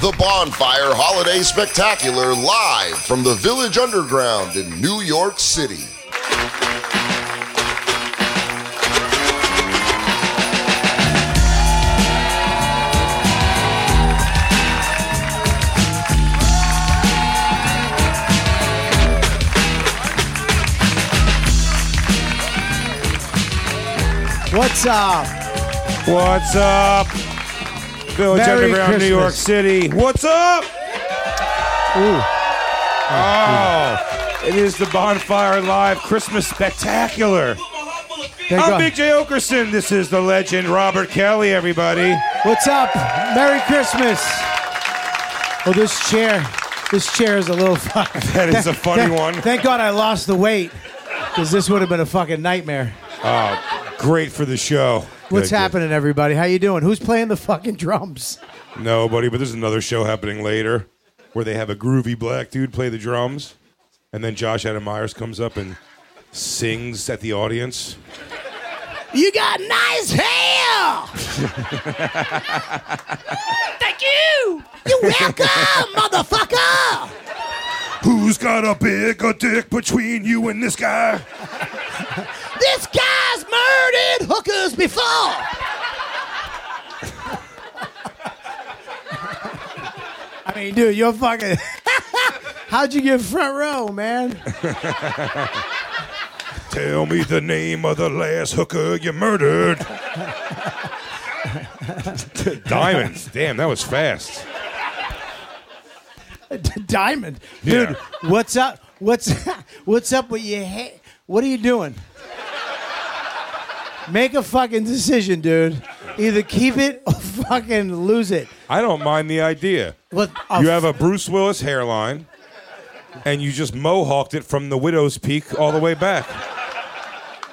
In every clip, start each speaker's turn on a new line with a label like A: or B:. A: the Bonfire Holiday Spectacular live from the Village Underground in New York City.
B: What's up?
C: What's up? Village
B: Merry
C: Underground,
B: Christmas.
C: New York City. What's up?
B: Ooh.
C: Oh, it is the Bonfire Live Christmas Spectacular.
B: Thank
C: I'm
B: God.
C: Big J. Okerson. This is the legend Robert Kelly, everybody.
B: What's up? Merry Christmas. Well, this chair, this chair is a little fucking.
C: That is a funny one.
B: Thank God I lost the weight, because this would have been a fucking nightmare.
D: Uh,
C: Great for the show.
B: What's
C: Good, good.
B: happening, everybody? How you doing? Who's playing the fucking drums?
C: Nobody, but there's another show happening later where they have a groovy black dude play the drums, and then Josh Adam Myers comes up and sings at the audience.
B: You got nice hair. Thank you. You're welcome, motherfucker.
C: Who's got a bigger dick between you and this guy?
B: This guy's murdered hookers before. I mean, dude, you're fucking. How'd you get front row, man?
C: Tell me the name of the last hooker you murdered. Diamonds. Damn, that was fast.
B: Diamond, dude. What's up? What's what's up with your hair? What are you doing? Make a fucking decision, dude. Either keep it or fucking lose it.
C: I don't mind the idea.
B: What?
C: You have a Bruce Willis hairline, and you just mohawked it from the widow's peak all the way back.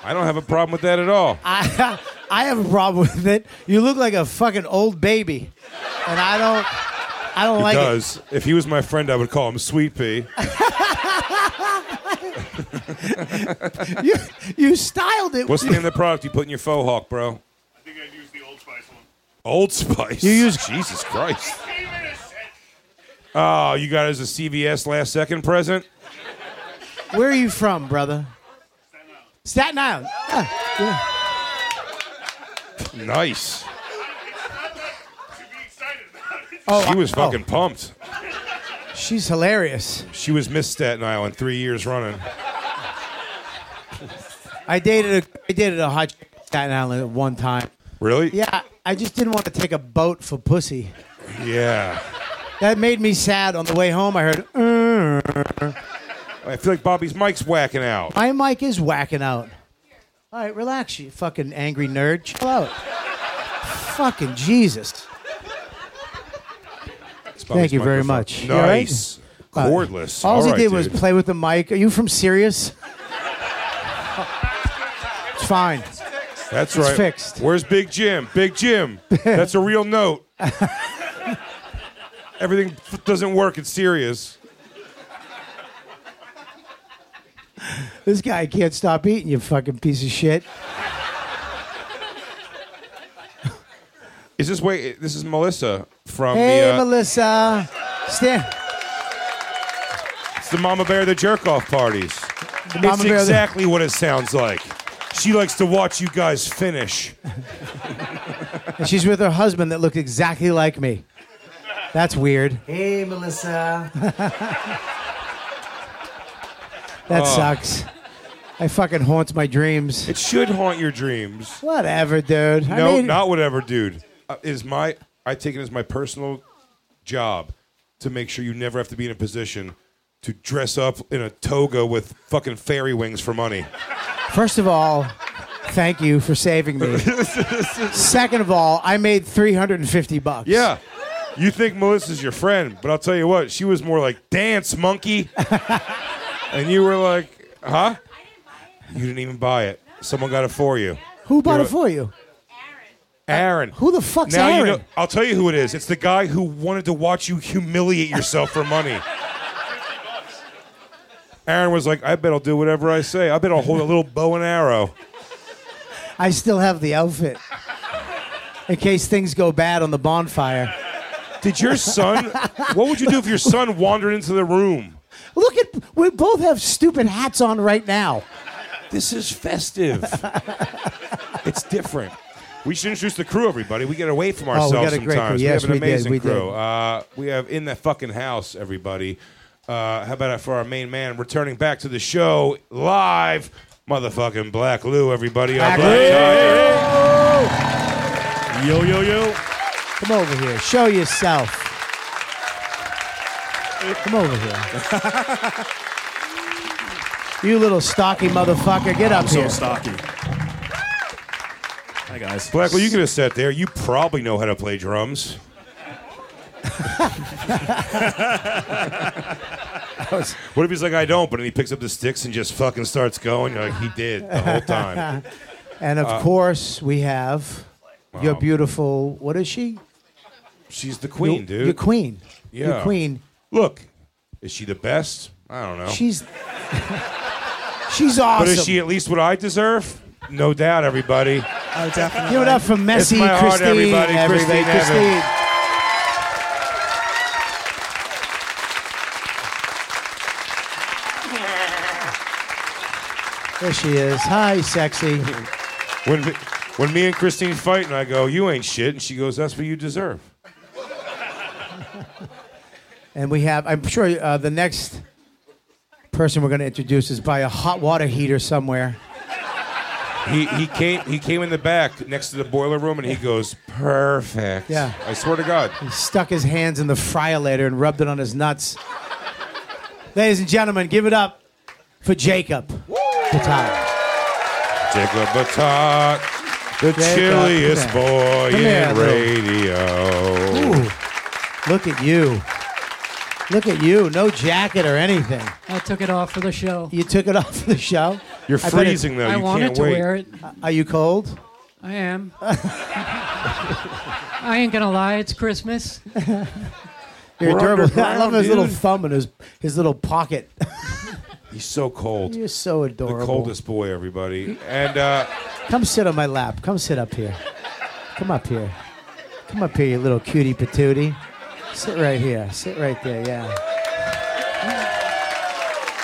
C: I don't have a problem with that at all.
B: I, I have a problem with it. You look like a fucking old baby, and I don't. I don't
C: He
B: like it.
C: does. If he was my friend, I would call him Sweet Pea.
B: You, you styled it.
C: What's the name of the product you put in your faux hawk, bro?
E: I think I'd use the Old Spice one.
C: Old Spice.
B: You use-
C: Jesus Christ.
E: Give it a sec.
C: Oh, you got it as a CVS last second present?
B: Where are you from, brother? Staten Island.
C: Nice.
E: Should be excited about it.
B: Oh,
C: she
B: I-
C: was
B: oh,
C: fucking pumped.
B: she's hilarious.
C: She was Miss Staten Island three years running.
B: I dated a I dated a hot chick in Staten Island at one time.
C: Really?
B: Yeah, I- I just didn't want to take a boat for pussy.
C: Yeah.
B: That made me sad. On the way home, I heard "Err."
C: I feel like Bobby's mic's whacking out.
B: my mic is whacking out. All right, relax, you fucking angry nerd. Chill out. fucking Jesus.
C: It's Bobby's
B: Thank you very much.
C: microphone.
B: You all right?
C: Nice.
B: Uh,
C: Cordless.
B: all he
C: right,
B: did was
C: dude.
B: play with the mic. Are you from Sirius? it's fine.
C: That's right.
B: fixed.
C: Where's Big Jim? Big Jim. That's a real note. Everything f- doesn't work. It's serious.
B: This guy can't stop eating, you fucking piece of shit.
C: Is this wait? This is Melissa from
B: Hey,
C: the. Uh,
B: Melissa. Stand.
C: It's the Mama Bear the jerk off parties.
B: Mama
C: it's
B: Bear the-
C: exactly what it sounds like. She likes to watch you guys finish.
B: And she's with her husband that looked exactly like me. That's weird. Hey, Melissa. that sucks. I fucking haunts my dreams.
C: Oh. It should haunt your dreams.
B: Whatever, dude. I
C: No,
B: mean-
C: not whatever, dude. Uh, is my I take it as my personal job to make sure you never have to be in a position to dress up in a toga with fucking fairy wings for money.
B: First of all, thank you for saving me. Second of all, I made 350 bucks.
C: Yeah. You think Melissa's your friend, but I'll tell you what, she was more like, dance, monkey. and you were like, huh? You didn't even buy it. Someone got it for you.
B: Who bought
C: You're
B: it
C: a-
B: for you?
C: Aaron.
B: Uh, Who the fuck's
C: now You
B: Aaron?
C: know, I'll tell you who it is. It's the guy who wanted to watch you humiliate yourself for money. Aaron was like, I bet I'll do whatever I say. I bet I'll hold a little bow and arrow.
B: I still have the outfit in case things go bad on the bonfire.
C: Did your son, what would you do if your son wandered into the room?
B: Look at, we both have stupid hats on right now.
C: This is festive. it's different. We should introduce the crew, everybody. We get away from
B: Oh, we
C: ourselves
B: got a great crew.
C: sometimes.
B: Yes,
C: we have
B: we
C: an
B: did,
C: amazing
B: we did.
C: crew. Uh, we have in the fucking house, everybody. Uh, how about for our main man returning back to the show live, motherfucking Black Lou, everybody. Our
B: Black
C: Black
B: Lou.
E: Yo,
C: Tiger.
E: yo, yo.
B: Come over here. Show yourself. Come over here. you little stocky motherfucker. Get up
E: So
B: here.
E: stocky. Hi, guys.
C: Black Lou, you could have sat there. You probably know how to play drums. What if he's like, I don't, but then he picks up the sticks and just fucking starts going? You're like, he did the whole time.
B: And of
C: Uh,
B: course, we have your beautiful, what is she?
C: She's the queen,
B: your,
C: dude.
B: Your queen. Your
C: Yeah.
B: queen.
C: Look, is she the best? I don't know.
B: She's she's awesome.
C: but is she at least what I deserve? No doubt, everybody.
B: Uh,
F: Oh, definitely.
B: Give it up for Messi,
C: my heart,
B: Christine,
C: everybody. Christine Evans.
B: Christine. There she is. Hi, sexy.
C: When me, when me and Christine fight, and I go, "You ain't shit," and she goes, "That's what you deserve."
B: And we have, I'm sure uh, the next person we're going to introduce is by a hot water heater somewhere.
C: He he came he came in the back next to the boiler room, and he goes, "Perfect."
B: Yeah.
C: I swear to God.
B: Stuck his hands in the fryer later and rubbed it on his nuts. Ladies and gentlemen, give it up for Jacob. Tatar.
C: Jacob Batat, the chilliest
B: come
C: boy
B: Come here,
C: in
B: little-
C: radio.
B: Ooh, look at you. Look at you. No jacket or anything.
G: I took it off for the show.
B: You took it off for the show?
C: You're
B: I bet it-
C: freezing though.
G: I
C: you
G: wanted
C: can't
G: to
C: wait.
G: wear it.
B: Are you cold?
G: I am. I ain't gonna lie, it's Christmas.
B: You're
C: We're
B: adorable. I
C: underground,
B: love his little
C: dude.
B: thumb in his, his little pocket.
C: He's so cold.
B: You're so adorable.
C: The coldest boy, everybody. And uh,
B: Come sit on my lap. Come sit up here. Come up here. Come up here, you little cutie patootie. Sit right here. Sit right there. Yeah.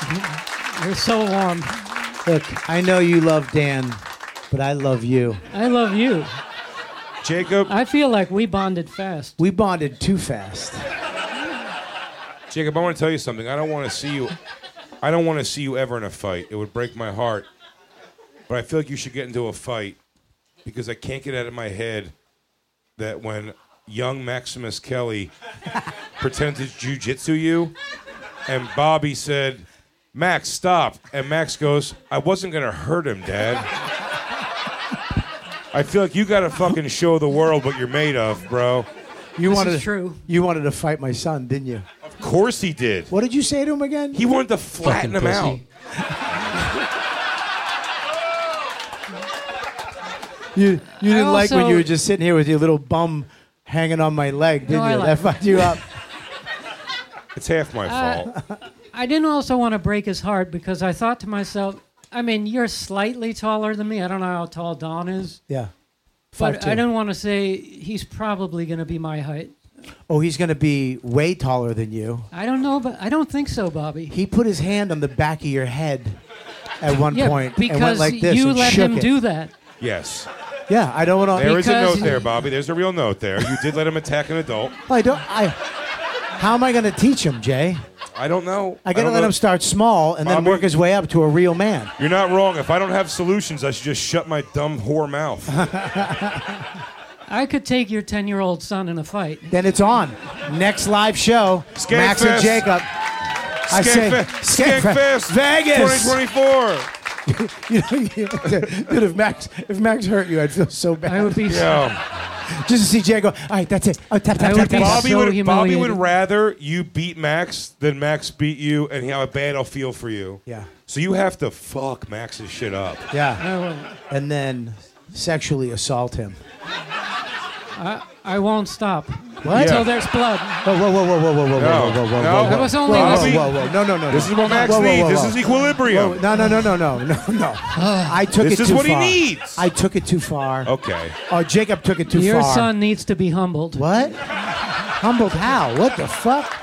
G: Mm-hmm. You're so warm.
B: Look, I know you love Dan, but I love you.
G: I love you.
C: Jacob,
G: I feel like we bonded fast.
B: We bonded too fast.
C: Jacob, I want to tell you something. I don't want to see you. I don't want to see you ever in a fight. It would break my heart. But I feel like you should get into a fight because I can't get out of my head that when young Maximus Kelly pretends it's jujitsu you, and Bobby said, "Max, stop," and Max goes, "I wasn't gonna hurt him, Dad." I feel like you gotta fucking show the world what you're made of, bro.
B: You
G: This
B: wanted
G: is true.
B: You wanted to fight my son, didn't you?
C: Of course he did.
B: What did you say to him again?
C: He wanted to flatten him out.
B: You you didn't
G: I
B: like when you
G: also-
B: were just sitting here with your little bum hanging on my leg, didn't
G: I
B: you?
G: like-
B: that fucked you up.
C: It's half my fault.
G: Uh, I didn't also want to break his heart because I thought to myself, I mean, you're slightly taller than me. I don't know how tall Don is,
B: Yeah.
G: but
B: Five two.
G: I didn't want to say he's probably gonna be my height.
B: Oh, he's going to be way taller than you.
G: I don't know, but I don't think so, Bobby.
B: He put his hand on the back of your head at one
G: yeah,
B: point
G: because
B: and went like this
G: you
B: and
G: let
B: shook
G: him
B: it.
G: do that.
C: Yes.
B: Yeah, I don't want
C: there
B: to.
C: is a
G: Because-
C: note there, Bobby. There's a real note there. You did let him attack an adult.
B: I don't. I. How am I going to teach him, Jay?
C: I don't know.
B: I got to
C: don't
B: let
C: know.
B: him start small and then
C: Bobby-
B: work his way up to a real man.
C: You're not wrong. If I don't have solutions, I should just shut my dumb whore mouth.
G: I could take your 10 year old son in a fight.
B: Then it's on. Next live show,
C: Skank
B: Max and
C: Fest.
B: Jacob. I say, Skank
C: Skank
B: Fe-
C: Fest
B: Vegas.
C: 2024.
B: You know, dude, if Max if Max hurt you, I'd feel so bad.
G: I would be.
C: Yeah.
B: Just to see Jay go. All right, that's it. Oh, tap,
G: I
B: tap,
G: would
B: tap,
G: be
B: tap.
C: Bobby,
G: so
C: would, Bobby would
G: humiliated.
C: rather you beat Max than Max beat you and how bad I'll feel for you.
B: Yeah.
C: So you have to fuck Max's shit up.
B: Yeah,
G: I won't,
B: and then sexually assault him.
G: I won't stop
B: What?
G: until
C: Yeah.
G: there's blood.
B: Whoa, whoa, whoa, whoa, whoa, whoa, whoa,
C: No,
B: whoa, whoa, whoa,
C: no.
B: whoa,
C: That
B: whoa.
G: was only-
B: whoa,
G: Bobby-
B: whoa, whoa, no, no, no.
C: This is what Max
B: whoa, whoa,
C: needs.
B: Whoa,
C: This
B: whoa.
C: is equilibrium.
B: Whoa, no, no, no, no, no, no, no. I took
C: This
B: it
C: is
B: too
C: what he
B: far.
C: needs.
B: I took it too far.
C: Okay.
B: Oh, Jacob took it too
G: Your
B: far.
G: son needs to be humbled.
B: What? Humbled how? What the fuck?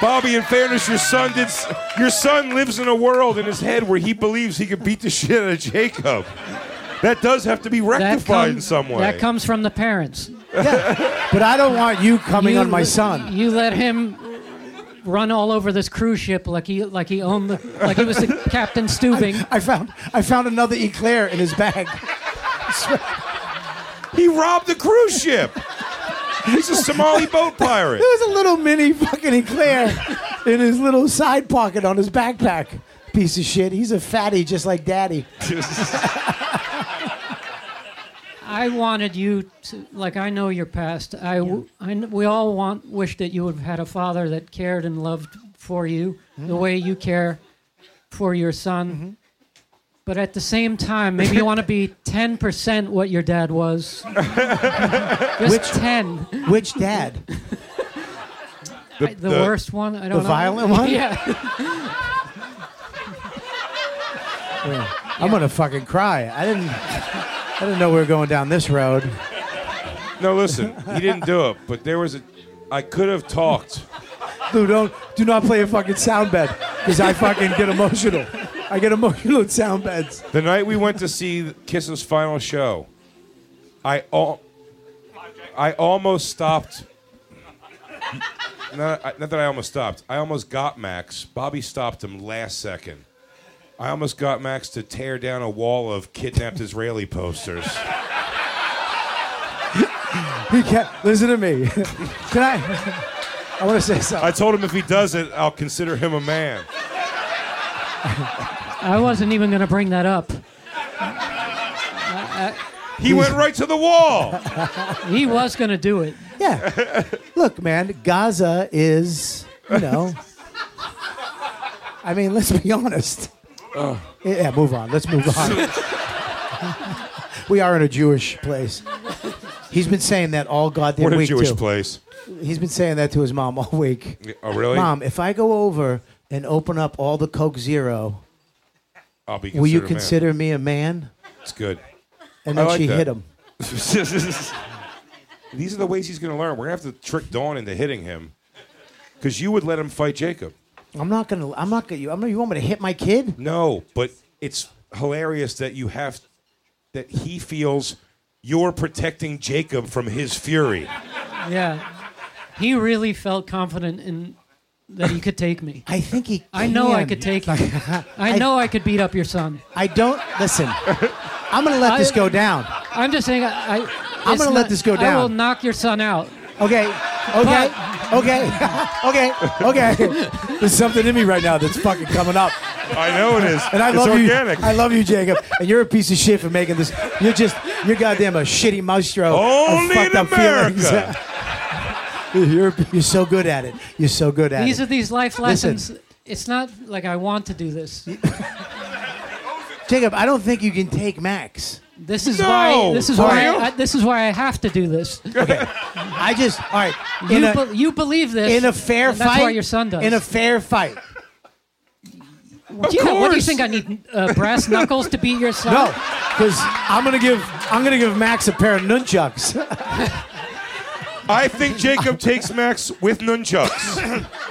C: Bobby, in fairness, your son did. s- Your son lives in a world in his head where he believes he could beat the shit out of Jacob. That does have to be
G: That,
C: rectified
G: come-
C: in some way.
G: that comes from the parents.
B: But I don't want you coming
G: You
B: on my
G: le-
B: son.
G: You let him run all over this cruise ship like he like he owned the, like he was the Captain Steubing.
B: I found I found another eclair in his bag.
C: he robbed a cruise ship. He's a Somali boat pirate.
B: There was a little mini fucking eclair in his little side pocket on his backpack. Piece of shit. He's a fatty just like daddy.
G: I wanted you to like I know your past. I, w- I kn- we all want wish that you would have had a father that cared and loved for you
B: Mm-hmm.
G: the way you care for your son. But at the same time, maybe you want to be 10% what your dad was. Just 10.
B: Which dad?
C: The,
G: The, worst one, I don't know.
B: violent one?
G: Yeah.
B: I'm gonna fucking cry. I didn't I didn't know we were going down this road.
C: No, listen, he didn't do it, but there was a. I could have talked.
B: Dude, don't do not play a fucking sound bed. Because I fucking get emotional. I get emotional at sound beds.
C: The night we went to see Kiss's final show, I all, I almost stopped. Not, I- not that I almost stopped. I almost got Max. Bobby stopped him last second. I almost got Max to tear down a wall of kidnapped Israeli posters.
B: He can't listen to me. Can I I wanna say something.
C: I told him if he does it, I'll consider him a man.
G: I wasn't even going to bring that up.
C: He went right to the wall.
G: He was going to do it.
B: Yeah. Look, man, Gaza is, you know. I mean, let's be honest. Yeah, move on. Let's move on. we are in a Jewish place. He's been saying that all goddamn
C: What a
B: week
C: Jewish
B: too.
C: place.
B: He's been saying that to his mom all week.
C: Oh, really?
B: Mom, if I go over and open up all the Coke Zero,
C: I'll be.
B: will you
C: considered
B: consider me a man?
C: a man. It's good.
B: And
C: I
B: then
C: like
B: she
C: that.
B: hit him.
C: These are the ways he's going to learn. We're going to have to trick Dawn into hitting him because you would let him fight Jacob.
B: I'm not gonna. I'm not gonna. You, I'm not, you want me to hit my kid?
C: No, but it's hilarious that you have that he feels you're protecting Jacob from his fury.
G: Yeah. He really felt confident in that he could take me.
B: I think he.
G: I know I
B: can.
G: could take him. I know I could beat up your son.
B: I don't listen. I'm gonna let
G: I-
B: this go down.
G: I'm just saying. I, I,
B: I'm
G: it's
B: gonna let this go
G: I will
B: down.
G: knock your son out.
B: Okay. Okay. Okay. okay. Okay. There's something in me right now that's fucking coming up,
C: I know it is.
B: and I
C: it's
B: love
C: organic.
B: you. I love you, Jacob. And you're a piece of shit for making this. You're just you're goddamn a shitty maestro. of
C: Only in
B: fucked up feelings.
C: America.
B: you're you're so good at it. You're so good at
G: These are
B: it.
G: these life
B: Listen.
G: lessons. It's not like I want to do this.
B: Jacob, I don't think you can take Max.
G: This is
C: No!
G: why. This is
B: For
G: why.
B: real?
G: I, this is why I have to do this.
B: I just all right. in
G: You,
B: a-
G: be- you believe this
B: in a fair
G: and
B: fight,
G: That's why your son does.
B: In a fair fight,
G: Do you know- what do you
C: course.
G: think? I need uh, brass knuckles to beat your son.
B: No, because I'm gonna give I'm gonna give Max a pair of nunchucks.
C: I think Jacob takes Max with nunchucks.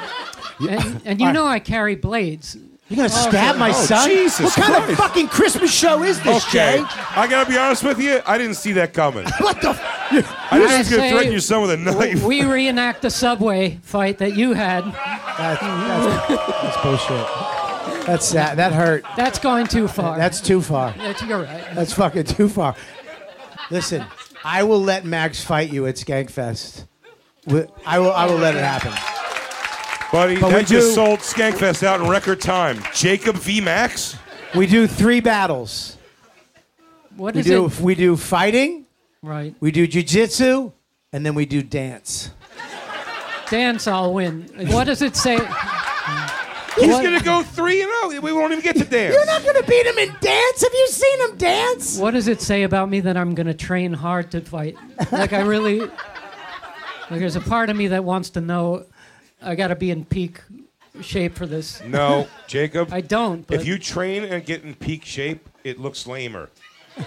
G: And, and you know I carry blades.
B: You're gonna stab my
H: Oh,
B: son?
H: Jesus
B: what kind of
H: Christ.
B: fucking Christmas show is this,
C: Okay.
B: Jay?
C: I gotta be honest with you. I didn't see that coming.
B: What the? F- you-
C: I just was gonna
G: say-
C: threaten your son with a knife.
G: We reenact the subway fight that you had.
B: that's, that's, that's bullshit. That's sad. That hurt.
G: That's going too far.
B: That's too far.
G: That's- you're right.
B: That's fucking too far. Listen, I will let Max fight you at Skankfest. Wi- I will. I will let it happen.
C: Buddy,
B: But we
C: that just
B: do-
C: sold Skankfest out in record time. Jacob V. Max?
B: We do three battles.
G: What
B: We
G: is
B: do.
G: it?
B: We do fighting.
G: Right.
B: We do jujitsu, and then we do dance.
G: Dance, I'll win. What does it say?
C: He's
G: What-
C: gonna go 3 and 0. We won't even get to dance.
B: You're not gonna beat him in dance. Have you seen him dance?
G: What does it say about me that I'm going to train hard to fight? Like I really, like there's a part of me that wants to know. I got to be in peak shape for this.
C: No, Jacob.
G: I don't. But
C: If you train and get in peak shape, it looks lamer.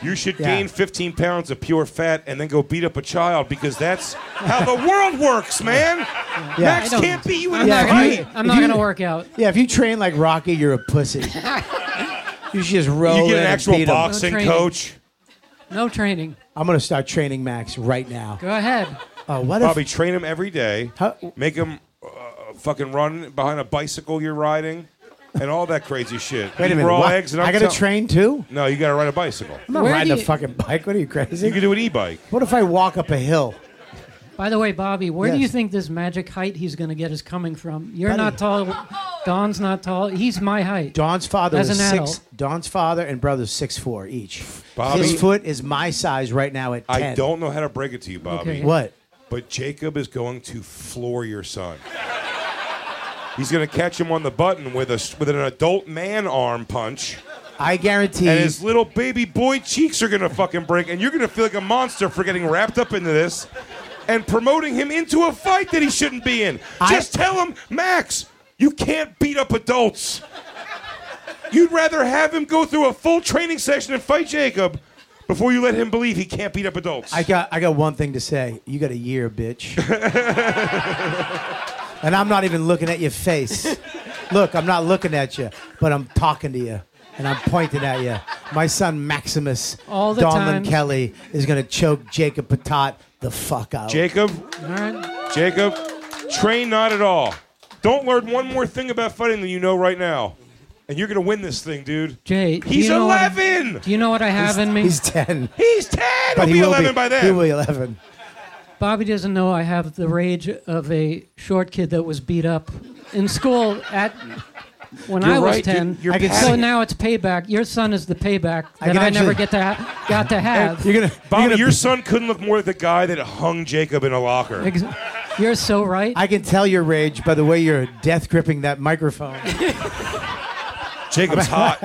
C: You should
B: Yeah.
C: gain 15 pounds of pure fat and then go beat up a child because that's how the world works, man.
G: I
C: Max
G: don't-
C: can't beat you in
G: I'm
C: a
G: not
B: if you-
C: fight.
G: gonna, I'm
B: if
G: not
B: you-
G: gonna work out.
B: Yeah, if you train like Rocky, you're a pussy. you should just roll
C: You get
B: in
C: an
B: and
C: actual
B: beat 'em.
C: boxing
G: No training.
C: coach.
G: No training.
B: I'm gonna start training Max right now.
G: Go ahead.
B: Oh, what if?
C: Probably train him every day.
B: How-
C: Make him uh, fucking run behind a bicycle you're riding and all that crazy shit.
B: Wait
C: Eat
B: a minute.
C: Raw
B: what?
C: eggs and I'm
B: I gotta
C: tell-
B: train too.
C: No, you got to ride a bicycle.
B: I'm not
G: Where
B: riding
G: do
B: a
G: you-
B: fucking bike. What are you crazy?
C: You can do an e-bike.
B: what if I walk up a hill?
G: By the way, Bobby, where do
B: Yes.
G: you think this magic height he's gonna get is coming from? You're
B: Buddy.
G: not tall. Don's not tall. He's my height.
B: Don's father
G: As
B: is
G: an
B: six.
G: adult.
B: Don's father and brother six four each.
C: Bobby-
B: His foot is my size right now at ten.
C: I don't know how to break it to you, Bobby.
G: Okay.
B: What?
C: But Jacob is going to floor your son. He's going to catch him on the button with a with an adult man arm punch,
B: I guarantee.
C: and his little baby boy cheeks are going to fucking break, and you're going to feel like a monster for getting wrapped up into this, and promoting him into a fight that he shouldn't be in.
B: I-
C: Just tell him, Max, you can't beat up adults. You'd rather have him go through a full training session and fight Jacob before you let him believe he can't beat up adults.
B: I got I got one thing to say. You got a year, bitch. and I'm not even looking at your face. Look, I'm not looking at you, but I'm talking to you. And I'm pointing at you. My son Maximus
G: All the
B: Donlin
G: time.
B: Kelly is gonna choke Jacob Patat the fuck out.
C: Jacob,
G: All right.
C: Jacob, train not at all. Don't learn one more thing about fighting than you know right now. And you're going to win this thing, dude.
G: Jay, do
C: He's
G: you know what I-
C: 11!
G: Do you know what I have in me?
B: He's ten.
C: He's 10!
B: But
C: He'll
B: he
C: be
B: will
C: 11 by
B: He
C: then.
B: will be eleven.
G: Bobby doesn't know I have the rage of a short kid that was beat up in school at when
C: You're
G: I was
C: right,
G: ten.
C: dude. You're
B: I can
G: so
B: see-
G: now it's payback. Your son is the payback
B: I
G: that I,
B: can
G: never
B: actually-
G: get to ha- got to have.
B: You're gonna you're
C: Bobby,
B: gonna-
C: your son couldn't look more like the guy that hung Jacob in a locker.
G: Ex- You're so right.
B: I can tell your rage by the way you're death gripping that microphone.
C: Jacob's hot.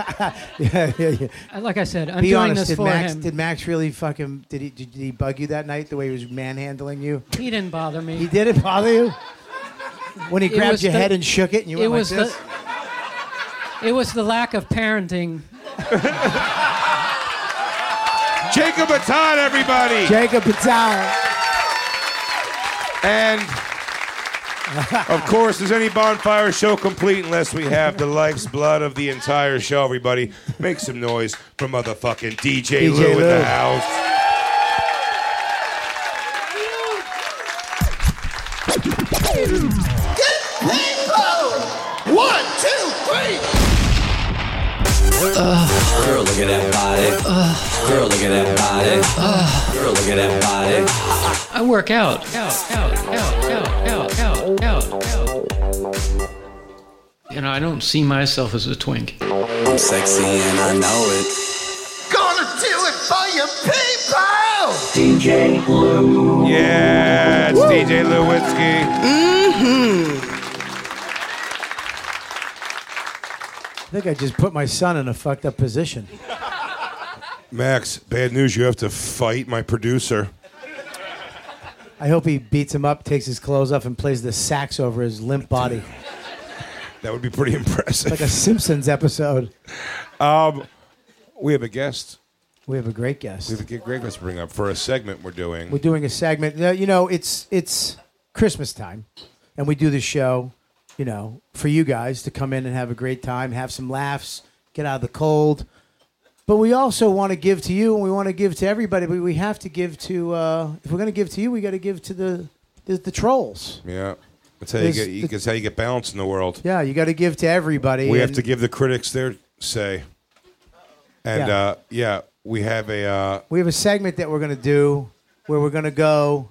B: yeah, yeah, yeah.
G: Uh, like I said, I'm
B: Be
G: doing
B: honest,
G: this
B: did
G: for
B: Max
G: him.
B: did Max really fucking did he did, did he bug you that night the way he was manhandling you?
G: he didn't bother me.
B: He did it bother you? When he
G: It
B: grabbed
G: was
B: your
G: the-
B: head and shook it and you
G: it
B: went
G: was
B: like this?
G: the it was the lack of parenting.
C: Jacob Baton, everybody!
B: Jacob Patel.
C: And of course, is any bonfire show complete unless we have the life's blood of the entire show, everybody? Make some noise for motherfucking DJ,
B: DJ
C: Lou in
B: Lou.
C: the house.
E: One, two, three.
F: Girl, look at that body. Girl, look at that body. Girl, look at that body.
G: I work out. Out, out, out, out, out, out, out. You know, I don't see myself as a twink.
F: I'm sexy and I know it.
E: Gonna do it for your people.
C: Yeah, it's DJ Lewinsky.
G: Mm-hmm.
B: I think I just put my son in a fucked up position.
C: Max, bad news. You have to fight my producer.
B: I hope he beats him up, takes his clothes off, and plays the sax over his limp body.
C: That would be pretty impressive. Um,
B: Like a Simpsons episode.
C: we have a guest.
B: We have a great guest.
C: We have a great guest to bring up for a segment we're doing.
B: We're doing a segment. Now, You know, it's it's Christmas time, and we do the show. You know, for you guys to come in and have a great time, have some laughs, get out of the cold. But we also want to give to you, and we want to give to everybody. But we have to give to uh, if we're going to give to you, we got to give to the the, the trolls.
C: yeah, that's how you
B: There's
C: get. You,
B: the-
C: that's how you get balance in the world.
B: Yeah, you got to give to everybody.
C: We have
B: and-
C: to give the critics their say. And
B: Yeah.
C: uh, yeah, we have a uh,
B: we have a segment that we're going to do where we're going to go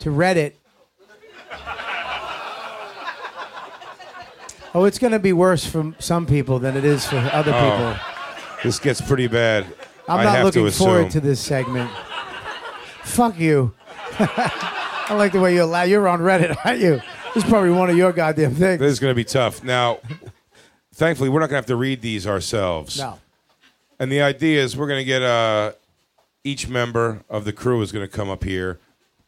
B: to Reddit. Oh, it's going to be worse for some people than it is for other
C: Oh,
B: people.
C: this gets pretty bad.
B: I'm
C: I
B: not
C: have
B: looking
C: to
B: forward to
C: assume.
B: this segment. Fuck you. I like the way you allow. You're on Reddit, aren't you? This is probably one of your goddamn things.
C: This is going to be tough. Now, thankfully, we're not going to have to read these ourselves.
B: No.
C: And the idea is we're going to get uh, each member of the crew is going to come up here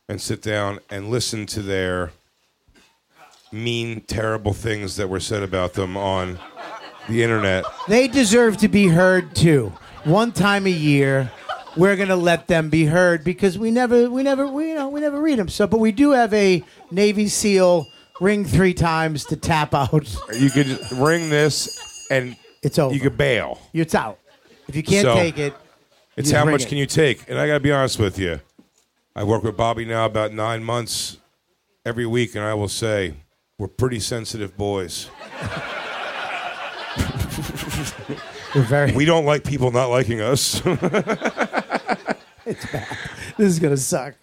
C: and sit down and listen to their mean, terrible things that were said about them on the internet.
B: They deserve to be heard too. One time a year, we're gonna let them be heard because we never, we never, we you know, we never read them. So, but we do have a Navy SEAL ring three times to tap out.
C: You could ring this and
B: It's over.
C: you could bail.
B: It's out. If you can't
C: So-
B: take it,
C: It's
B: You
C: how
B: bring
C: much
B: it.
C: can you take? And I got to be honest with you. I work with Bobby now about nine months every week, and I will say we're pretty sensitive boys.
B: we're very.
C: We don't like people not liking us.
B: this is gonna suck.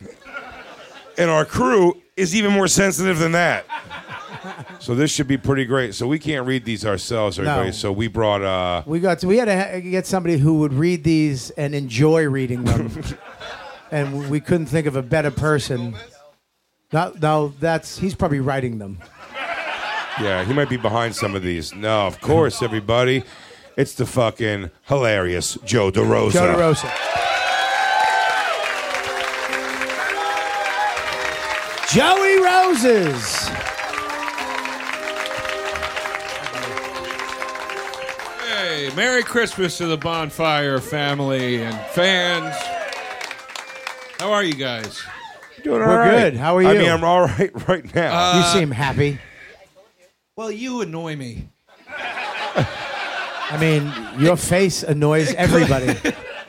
C: and our crew is even more sensitive than that. So this should be pretty great. So we can't read these ourselves, everybody. So we brought uh,
B: We got to, we had to ha- get somebody who would read these and enjoy reading them, and we couldn't think of a better person. No, no, that's he's probably writing them.
C: yeah, he might be behind some of these. No, of course, everybody, it's the fucking hilarious Joe DeRosa.
B: Joe DeRosa. Joey Roses.
I: Hey, Merry Christmas to the Bonfire family and fans. How are you guys?
C: Doing
B: We're
C: all right.
B: good. How are
C: I
B: you?
C: mean, I'm all right right now.
B: you seem happy.
I: Well, you annoy me.
B: I mean, your face annoys everybody.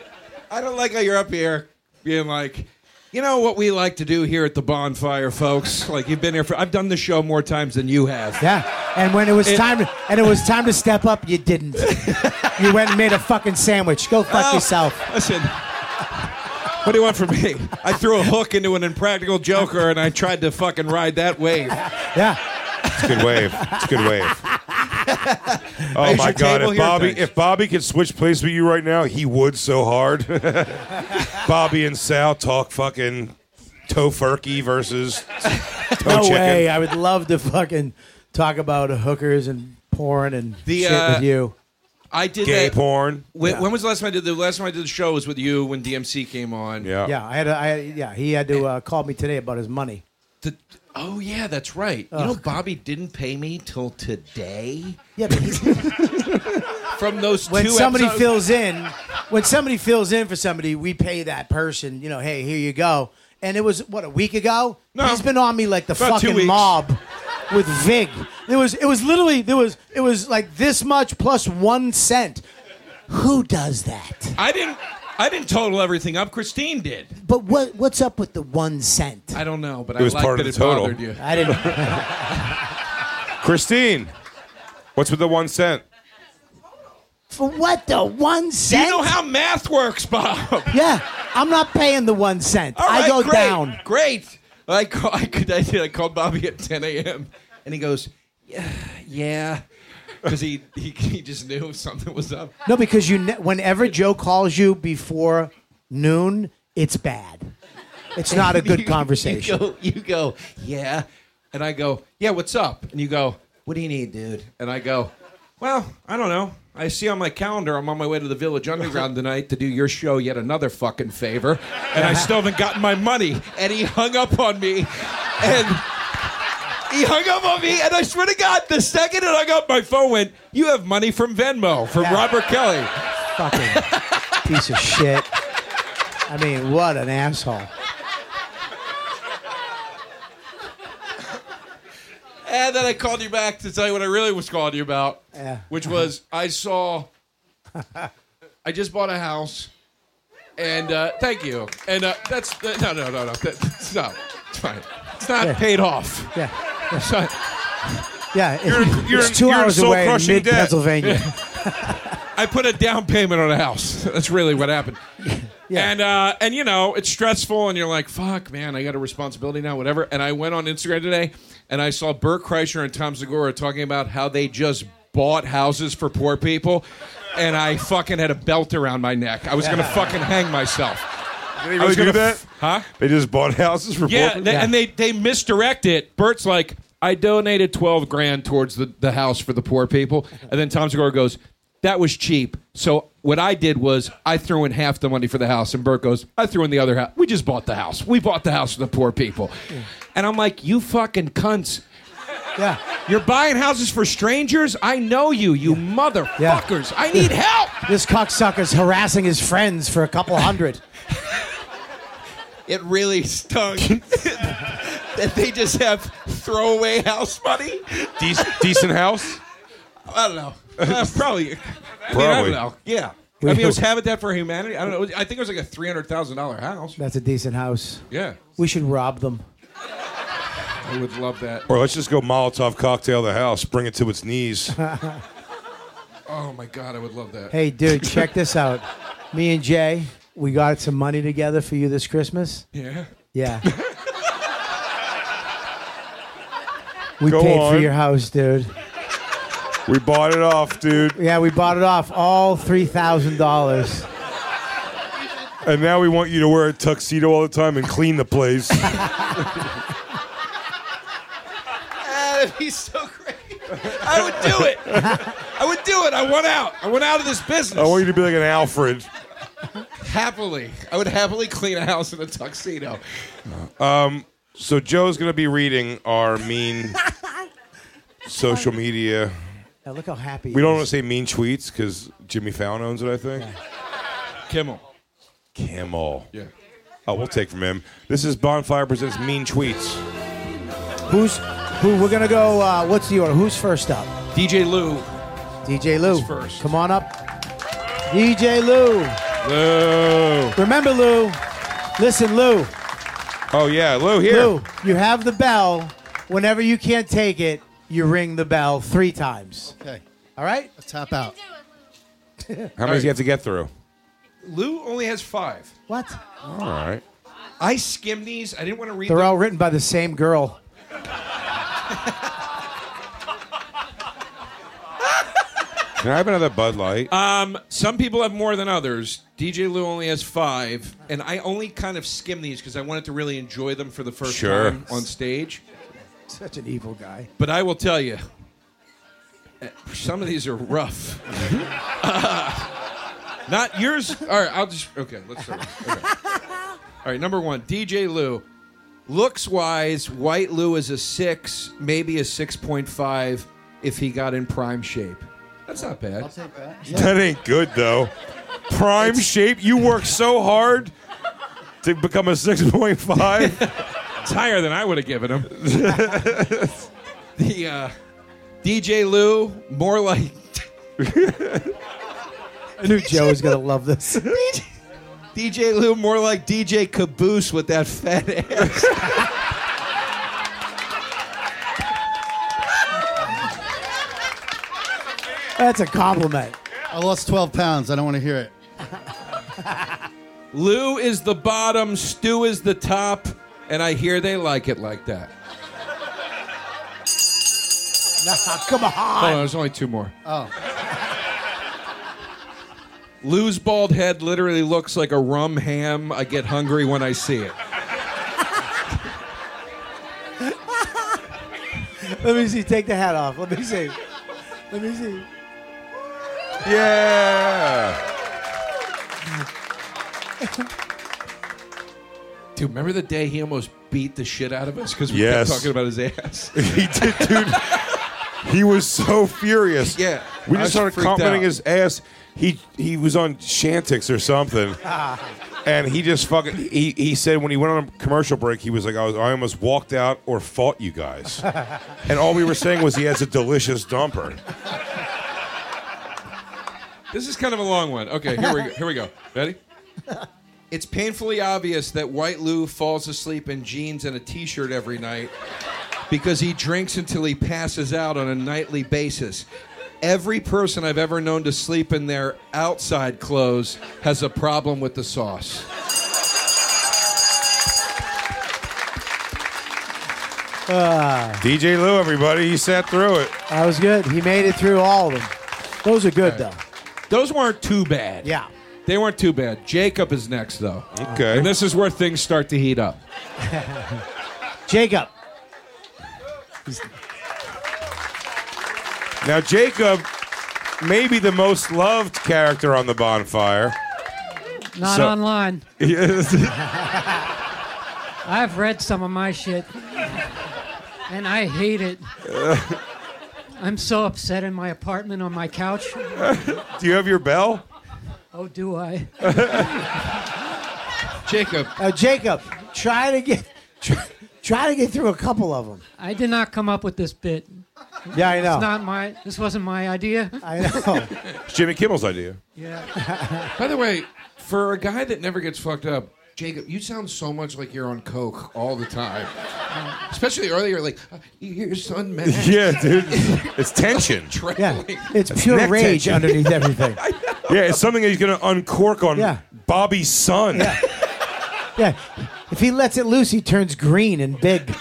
I: I don't like how you're up here being like, you know what we like to do here at the Bonfire, folks. Like you've been here for. I've done the show more times than you have.
B: Yeah. And when it was
I: It-
B: time to, and it was time to step up, you didn't. you went and made a fucking sandwich. Go fuck
I: Oh,
B: yourself.
I: Listen. What do you want from me? I threw a hook into an impractical joker and I tried to fucking ride that wave.
B: Yeah.
C: It's a good wave. It's a good wave. Oh
I: Is
C: my
I: your
C: God! If
I: table here?
C: Bobby,
I: Thanks.
C: if Bobby could switch place with you right now, he would so hard. Bobby and Sal talk fucking tofurkey versus toe
B: No
C: chicken.
B: way. I would love to fucking talk about hookers and porn and
I: The,
B: shit
I: uh,
B: with you.
I: I did
C: Gay
I: that.
C: porn.
I: When, when was the last time I did the last time I did the show was with you when DMC came on.
C: Yeah.
B: Yeah, I had. A, I yeah, he had to uh, call me today about his money.
I: The- oh yeah, that's right. You know, Bobby didn't pay me till today
B: Yeah, but he-
I: from those
B: when
I: two.
B: somebody
I: episodes-
B: fills in, when somebody fills in for somebody, we pay that person. You know, hey, here you go. And it was what a week ago.
I: No.
B: he's been on me like the
I: About two
B: fucking
I: weeks.
B: mob with Vig. There was it was literally there was it was like this much plus one cent. Who does that?
I: I didn't. I didn't total everything up. Christine did.
B: But what what's up with the one cent?
I: I don't know, but
C: was
I: I like
C: part
I: that
C: of
I: it
C: the total.
I: bothered you.
B: I didn't.
C: Christine, what's with the one cent?
B: For what the one
I: Do
B: cent?
I: you know how math works, Bob?
B: yeah, I'm not paying the one cent.
I: All
B: I
I: right,
B: go
I: great,
B: down.
I: Great. I call, I could I did I called Bobby at 10 a.m. and he goes, yeah, yeah, because he, he he just knew something was up.
B: No, because you ne- whenever Joe calls you before noon, it's bad. It's not a
I: You-
B: good
I: you
B: conversation.
I: go- You go, yeah. And I go, yeah, what's up? And you go, what do you need, dude? And I go, well, I don't know. I see on my calendar I'm on my way to the Village Underground tonight to do your show yet another fucking favor. And I still haven't gotten my money. And he hung up on me. And he hung up on me. And I swear to God, the second it hung up, my phone went, you have money from Venmo, from
B: Yeah.
I: Robert Kelly.
B: Fucking Piece of shit. I mean, what an asshole.
I: And then I called you back to tell you what I really was calling you about,
B: Yeah.
I: which was I saw, I just bought a house, and uh, thank you. And uh, that's uh, no, no, no, no. That, stop. It's fine. It's not
B: Yeah.
I: paid off.
B: Yeah.
I: It's not-
B: Yeah, it-
I: You're-
B: it's
I: you're-
B: 2
I: you're in
B: hours away in
I: soul-crushing
B: mid
I: debt.
B: Pennsylvania.
I: I put a down payment on a house. That's really what happened. And uh, and you know it's stressful, and you're like, "Fuck, man, I got a responsibility now, whatever." And I went on Instagram today, and I saw Bert Kreischer and Tom Segura talking about how they just bought houses for poor people, and I fucking had a belt around my neck. I was gonna fucking hang myself.
C: They
I: I
C: really
I: was
C: do
I: gonna
C: that?
I: f- huh?
C: They just bought houses for
I: Yeah,
C: poor
I: they-
C: people?
I: and they they misdirect it. Bert's like, I donated twelve grand towards the, the house for the poor people, and then Tom Segura goes, that was cheap. So what I did was I threw in half the money for the house, and Bert goes, I threw in the other half. We just bought the house. We bought the house for the poor people, and I'm like, you fucking cunts.
B: Yeah.
I: You're buying houses for strangers? I know you, you motherfuckers. I need help.
B: This cocksucker's harassing his friends for a couple hundred.
I: It really stung that they just have throwaway house money.
C: Dec- decent house?
I: I don't know. Uh, probably. I mean, I
C: Probably.
I: don't know. Yeah. I mean, it was Habitat for Humanity. I don't know. I think it was like a three hundred thousand dollar house.
B: That's a decent house.
I: Yeah.
B: We should rob them.
I: I would love that.
C: Or let's just go Molotov cocktail the house, bring it to its knees.
I: Oh my god, I would love that.
B: Hey, dude, check this out. Me and Jay, we got some money together for you this Christmas.
I: Yeah.
B: Yeah. we
C: Go
B: paid for
C: on.
B: your house, dude.
C: we bought it off, dude.
B: Yeah, we bought it off all three thousand dollars.
C: And now we want you to wear a tuxedo all the time and clean the place.
I: that'd be so great. I would do it. I would do it. I want out. I want out of this business.
C: I want you to be like an Alfred.
I: happily. I would happily clean a house in a tuxedo.
C: Um, so Joe's going to be reading our mean social media.
B: Now look how happy.
C: We
B: he
C: don't want to
B: is.
C: say mean tweets because Jimmy Fallon owns it, I think.
I: Kimmel.
C: Kimmel.
I: Yeah.
C: Oh, we'll take from him. This is Bonfire Presents Mean Tweets.
B: Who's who? We're gonna go. Uh, what's the order? Who's first up?
I: DJ Lou.
B: DJ Lou.
I: Who's first?
B: Come on up. DJ Lou.
C: Lou.
B: Remember, Lou. Listen, Lou.
C: Oh, yeah. Lou here.
B: Lou, you have the bell. Whenever you can't take it, you ring the bell three times.
J: Okay,
B: All right?
J: let's tap out.
C: How many do you have to get through?
I: Lou only has five.
B: What?
C: All right.
I: I skimmed these. I didn't want to read
B: They're
I: them.
B: all written by the same girl.
C: Can I have another Bud Light?
I: Um, some people have more than others. DJ Lou only has five, and I only kind of skim these because I wanted to really enjoy them for the first
C: Sure.
I: time on stage.
B: Such an evil guy.
I: But I will tell you, uh, some of these are rough. Uh, not yours. All right, I'll just okay. Let's start. Okay. All right, number one, DJ Lou. Looks wise, White Lou is a six, maybe a six point five if he got in prime shape. That's not bad.
C: That ain't good though. Prime shape. You work so hard to become a six point five.
I: It's higher than I would have given him. the uh, DJ Lou, more like
B: Dude, Joe is going to love this.
I: DJ Lou, more like DJ Caboose with that fat ass.
B: That's a compliment.
J: I lost 12 pounds. I don't want to hear it.
I: Lou is the bottom, Stu is the top, and I hear they like it like that.
B: Nah, come
I: Hold on,
B: on.
I: there's only two more.
J: Oh.
I: Lou's bald head literally looks like a rum ham. I get hungry when I see it.
B: Let me see. Take the hat off. Let me see. Let me see.
C: yeah.
I: Dude, remember the day he almost beat the shit out of us because we
C: Yes.
I: kept talking about his ass?
C: He did, dude. He was so furious.
I: Yeah,
C: We
I: I was
C: just started
I: freaked
C: complimenting
I: out.
C: his ass. he he was on Shantix or something,
B: Ah.
C: and he just fucking he, he said when he went on a commercial break, he was like, I was I almost walked out or fought you guys, and all we were saying was he has a delicious dumper.
I: This is kind of a long one. Okay, here we go. Here we go. Ready? It's painfully obvious that White Lou falls asleep in jeans and a t-shirt every night because he drinks until he passes out on a nightly basis. Every person I've ever known to sleep in their outside clothes has a problem with the sauce.
C: DJ Lou, everybody, he sat through it.
B: That was good. He made it through all of them. Those are good though.
I: Those weren't too bad.
B: Yeah.
I: They weren't too bad. Jacob is next, though.
C: Okay.
I: And this is where things start to heat up.
B: Jacob.
C: Now Jacob, maybe the most loved character on the bonfire.
G: Not
C: So-
G: online.
C: Yes.
G: I've read some of my shit, and I hate it. I'm so upset in my apartment on my couch.
C: Do you have your bell?
G: Oh, do I?
I: Jacob.
B: Uh, Jacob, try to get try, try to get through a couple of them.
G: I did not come up with this bit.
B: Yeah, I know.
G: It's not my. This wasn't my idea.
B: I know.
C: It's Jimmy Kimmel's idea.
I: By the way, for a guy that never gets fucked up, Jacob, you sound so much like you're on coke all the time. Especially earlier, like uh, your son man.
C: Yeah, dude. It's tension.
B: Yeah, it's
C: That's
B: pure
C: neck
B: rage
C: tension.
B: underneath everything.
C: Yeah, it's something he's gonna uncork on
B: Yeah.
C: Bobby's son.
B: Yeah, if he lets it loose, he turns green and big.
G: Look,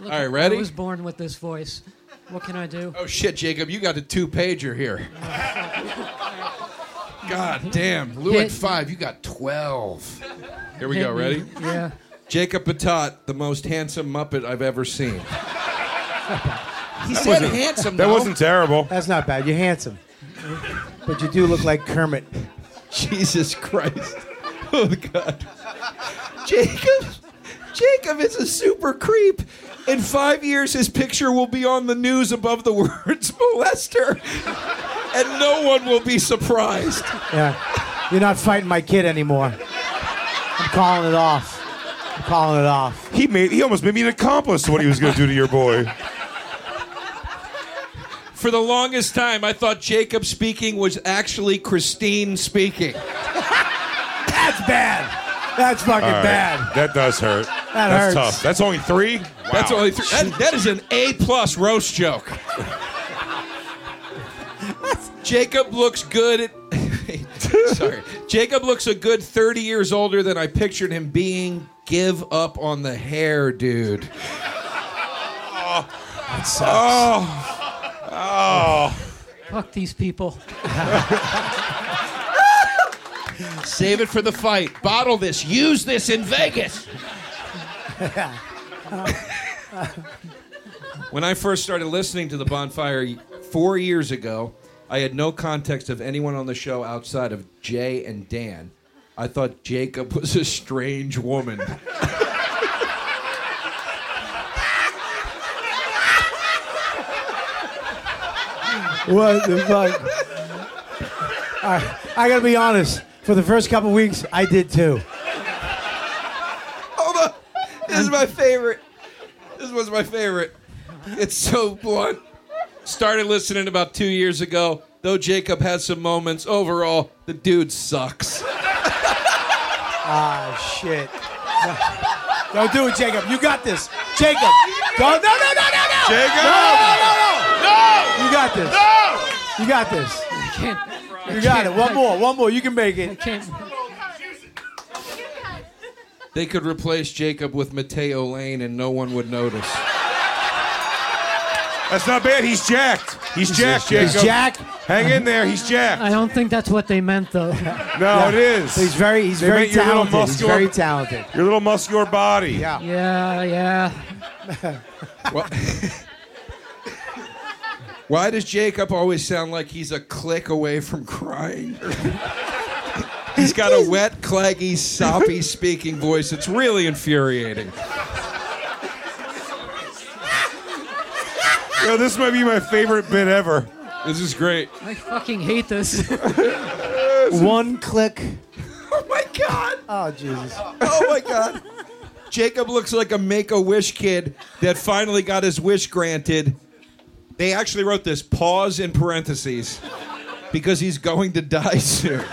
I: All right, ready?
G: I was born with this voice. What can I do?
I: Oh shit, Jacob, you got a two pager here. God damn, Lou
G: Hit.
I: at five, you got twelve. Here we
G: Hit
I: go.
G: me.
I: Ready?
G: Yeah.
I: Jacob Patat, the most handsome Muppet I've ever seen. he
B: That
I: said
B: wasn't-
I: handsome.
B: that
I: though.
B: wasn't
C: terrible.
B: That's not bad. You're handsome, but you do look like Kermit.
I: Jesus Christ! Oh God, Jacob. Jacob is a super creep. In five years, his picture will be on the news above the words molester, and no one will be surprised.
B: Yeah, you're not fighting my kid anymore. I'm calling it off. I'm calling it off.
C: He made he almost made me an accomplice to what he was gonna do to your boy.
I: For the longest time, I thought Jacob speaking was actually Christine speaking.
B: That's bad. That's fucking
C: All right,
B: bad.
C: That does hurt.
B: That
C: That's
B: hurts.
C: tough. That's only three?
I: That's
C: Wow.
I: only three. That, that is an A plus roast joke. Jacob looks good at. sorry. Jacob looks a good 30 years older than I pictured him being. Give up on the hair, dude.
B: That sucks.
I: Oh. Oh.
G: Fuck these people.
I: Save it for the fight. Bottle this. Use this in Vegas. When I first started listening to The Bonfire four years ago, I had no context of anyone on the show outside of Jay and Dan. I thought Jacob was a strange woman.
B: What the fuck? All right, I gotta be honest. For the first couple weeks, I did too.
I: Hold on. This is my favorite. This was my favorite. It's so blunt. Started listening about two years ago. Though Jacob had some moments, overall, the dude sucks.
B: Ah, shit. No. Don't do it, Jacob. You got this. Jacob. Don't. No, no, no, no, no.
C: Jacob.
B: No, no, no, no. No. You got this. No. You got this.
G: I can't. I
B: You got it.
G: can't-
B: One more. One more. You can make
G: I
B: it.
G: can't.
I: They could replace Jacob with Mateo Lane and no one would notice.
C: That's not bad. He's jacked. He's, jacked, Jacob.
B: He's jacked.
C: Hang in there. He's jacked.
G: I don't think that's what they meant, though.
C: No, it is.
B: He's very. He's
C: They
B: very
C: make your little
B: talented. He's
C: muscular-
B: very talented.
C: Your little muscular body.
B: Yeah.
G: Yeah, yeah.
I: Well, why does Jacob always sound like he's a click away from crying? he's got a wet, claggy, soppy speaking voice. It's really infuriating.
C: Yo, this might be my favorite bit ever. This is great.
G: I fucking hate this.
B: One click.
I: Oh my god.
B: Oh Jesus.
I: Oh my god. Jacob looks like a make-a-wish kid that finally got his wish granted. They actually wrote this pause in parentheses because he's going to die soon.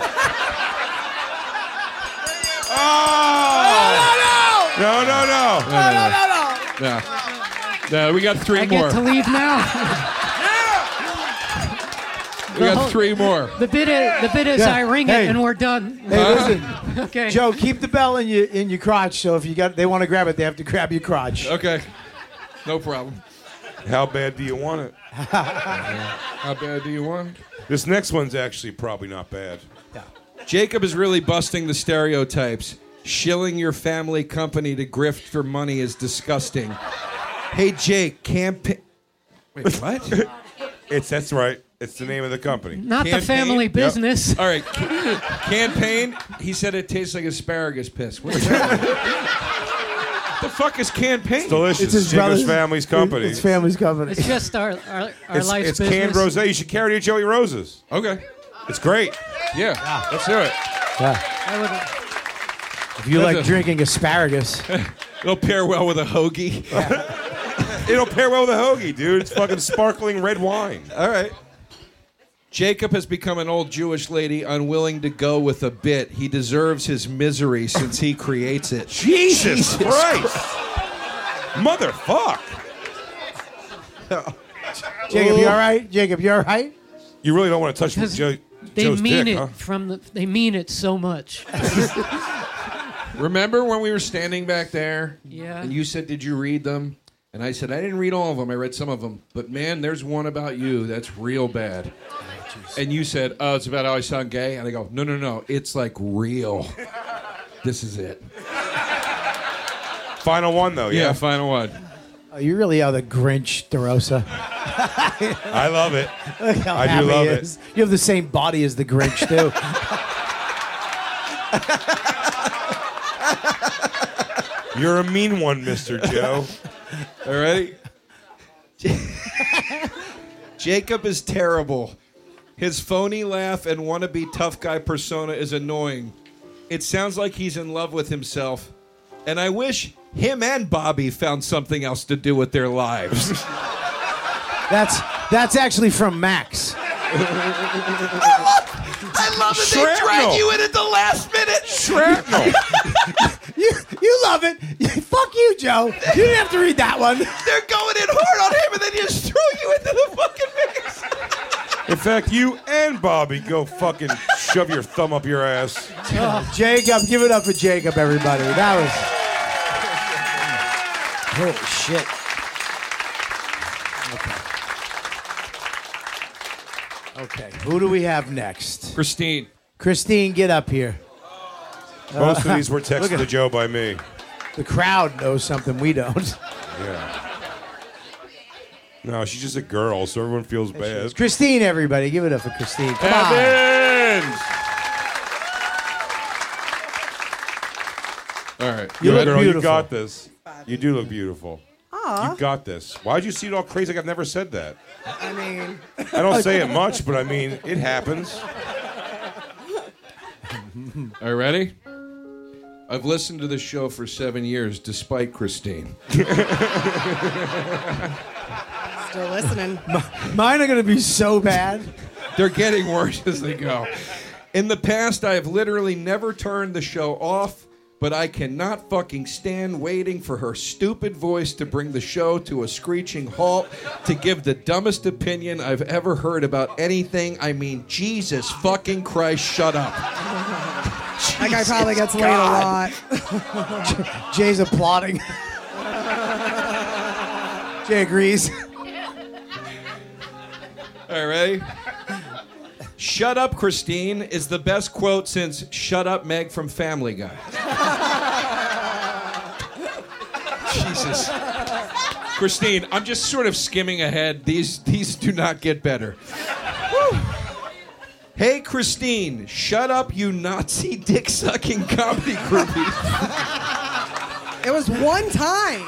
C: Oh! No, no, no.
I: No, no, Ah! no, No. No, we got three
G: I
I: more.
G: get to leave now.
I: we got three more.
G: The bit is, the bit is
B: Yeah.
G: I ring
B: Hey.
G: it and we're done.
B: Hey, listen.
G: okay.
B: Joe, keep the bell in your in your crotch. So if you got they want to grab it, they have to grab your crotch.
I: Okay. No problem.
C: How bad do you want it?
I: How bad do you want?
C: This next one's actually probably not bad.
I: Jacob is really busting the stereotypes. Shilling your family company to grift for money is disgusting. Hey, Jake, campaign. Wait, what?
C: It's that's right. It's the name of the company.
G: Not the family
I: Yep.
G: business.
I: All right, ca- campaign. He said it tastes like asparagus piss. What's that? the fuck is campaign?
C: It's delicious. It's his
B: brother's-
C: family's company.
B: It's family's company.
G: It's just our our, our
C: it's,
G: life's
C: it's
G: business.
C: canned rosé. You should carry to Joey Rose's.
I: Okay.
C: It's great.
I: Yeah. Let's do it.
G: I would-
B: If you
I: That's
B: like
I: a-
B: drinking asparagus, uh,
I: It'll pair well with a hoagie.
C: It'll pair well with a hoagie, dude. It's fucking sparkling red wine.
I: All right. Jacob has become an old Jewish lady unwilling to go with a bit. He deserves his misery since he creates it.
C: Jesus, Christ. Motherfuck.
B: Jacob, you all right? Jacob, you all right?
C: You really don't want to touch
G: Because
C: Joe,
G: They
C: Joe's
G: mean
C: dick,
G: it
C: huh?
G: from the. They mean it so much.
I: Remember when we were standing back there?
G: Yeah.
I: And you said, Did you read them? And I said, I didn't read all of them. I read some of them. But man, there's one about you that's real bad. and you said, Oh, it's about how I sound gay. And I go, No, no, no. It's like real. this is it.
C: Final one though.
I: Yeah,
C: Yeah,
I: final one.
B: Oh, you really are the Grinch, DeRosa.
C: I love it.
B: Look how
C: I do
B: happy he
C: love it.
B: is. You have the same body as the Grinch too.
C: You're a mean one, Mister Joe.
I: All right. Jacob is terrible. His phony laugh and wannabe tough guy persona is annoying. It sounds like he's in love with himself. And I wish him and Bobby found something else to do with their lives.
B: that's that's actually from Max.
I: I love that
C: Shrapnel.
I: in at the last minute.
C: Shrapnel.
B: You you love it. Fuck you, Joe. You didn't have to read that one.
I: They're going in hard on him and they just throw you into the fucking mix.
C: In fact, you and Bobby go fucking shove your thumb up your ass.
B: Jacob, give it up for Jacob, everybody. That was holy shit. Okay. Okay. Who do we have next?
I: Christine.
B: Christine, get up here. Uh,
C: Most of these were texted to Joe by me.
B: The crowd knows something we don't.
C: Yeah. No, she's just a girl, so everyone feels bad.
B: Christine, everybody, give it up for Christine. Ah. Come on.
C: Evans!
I: All right.
B: You
C: Yo,
B: look
C: girl,
B: beautiful.
C: you got this. You do look beautiful. You got this. Why'd you see it all crazy? Like I've never said that.
K: I mean,
C: I don't say it much, but I mean it happens.
I: Are you ready? I've listened to this show for seven years, despite Christine.
K: still listening.
B: Mine are going to be so bad.
I: They're getting worse as they go. In the past, I have literally never turned the show off, but I cannot fucking stand waiting for her stupid voice to bring the show to a screeching halt to give the dumbest opinion I've ever heard about anything. I mean, Jesus fucking Christ, shut up.
K: That guy probably gets laid a lot.
B: Jay's applauding. Jay agrees.
I: All right. Shut up, Christine is the best quote since Shut Up Meg from Family Guy. Jesus. Christine, I'm just sort of skimming ahead. These these do not get better. Woo. Hey Christine, shut up you Nazi dick sucking comedy groupie.
K: It was one time.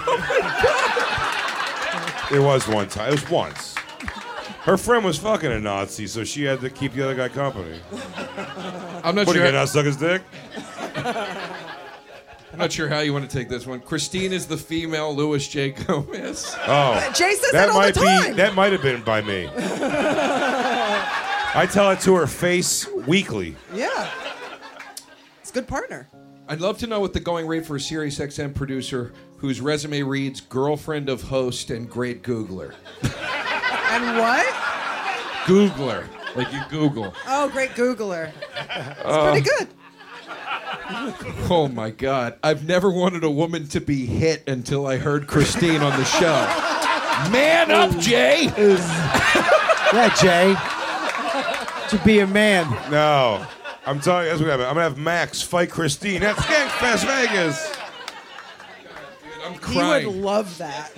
C: It was one time. It was once. Her friend was fucking a Nazi, so she had to keep the other guy company.
I: I'm not
C: what,
I: sure-
C: What, I suck his dick?
I: I'm not sure how you want to take this one. Christine is the female Louis J. Gomez.
C: Oh.
K: Jay says that all the
C: might
K: time.
C: Be, that might have been by me. I tell it to her face weekly.
K: Yeah. It's a good partner.
I: I'd love to know what the going rate for a Sirius XM producer whose resume reads girlfriend of host and great Googler.
K: And what?
I: Googler. Like you Google.
K: Oh, great Googler. It's
I: Uh,
K: pretty good.
I: Oh my God. I've never wanted a woman to be hit until I heard Christine on the show. Man up, Jay.
B: yeah, Jay. To be a man.
C: No. I'm telling you, that's what happened. I'm gonna have Max fight Christine. That's Skankfest Vegas.
I: I'm
K: He would love that.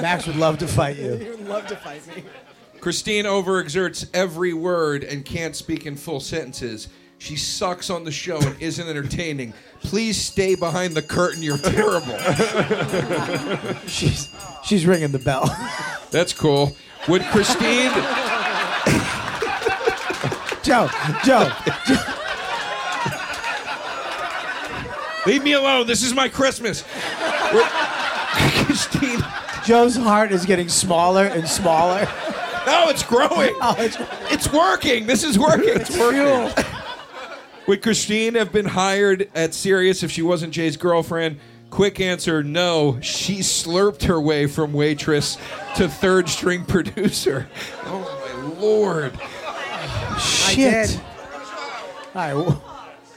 B: Max would love to fight you.
K: he would love to fight me.
I: Christine overexerts every word and can't speak in full sentences. She sucks on the show and isn't entertaining. Please stay behind the curtain. You're terrible.
B: She's she's ringing the bell.
I: That's cool. Would Christine?
B: Joe, Joe,
I: Leave me alone. This is my Christmas. Would- Christine.
B: Joe's heart is getting smaller and smaller. Oh,
I: No, it's growing.
B: it's,
I: working. This is working. It's,
B: It's
I: working.
B: fuel.
I: Would Christine have been hired at Sirius if she wasn't Jay's girlfriend? Quick answer no. She slurped her way from waitress to third string producer. Oh, my Lord.
B: Shit. I did.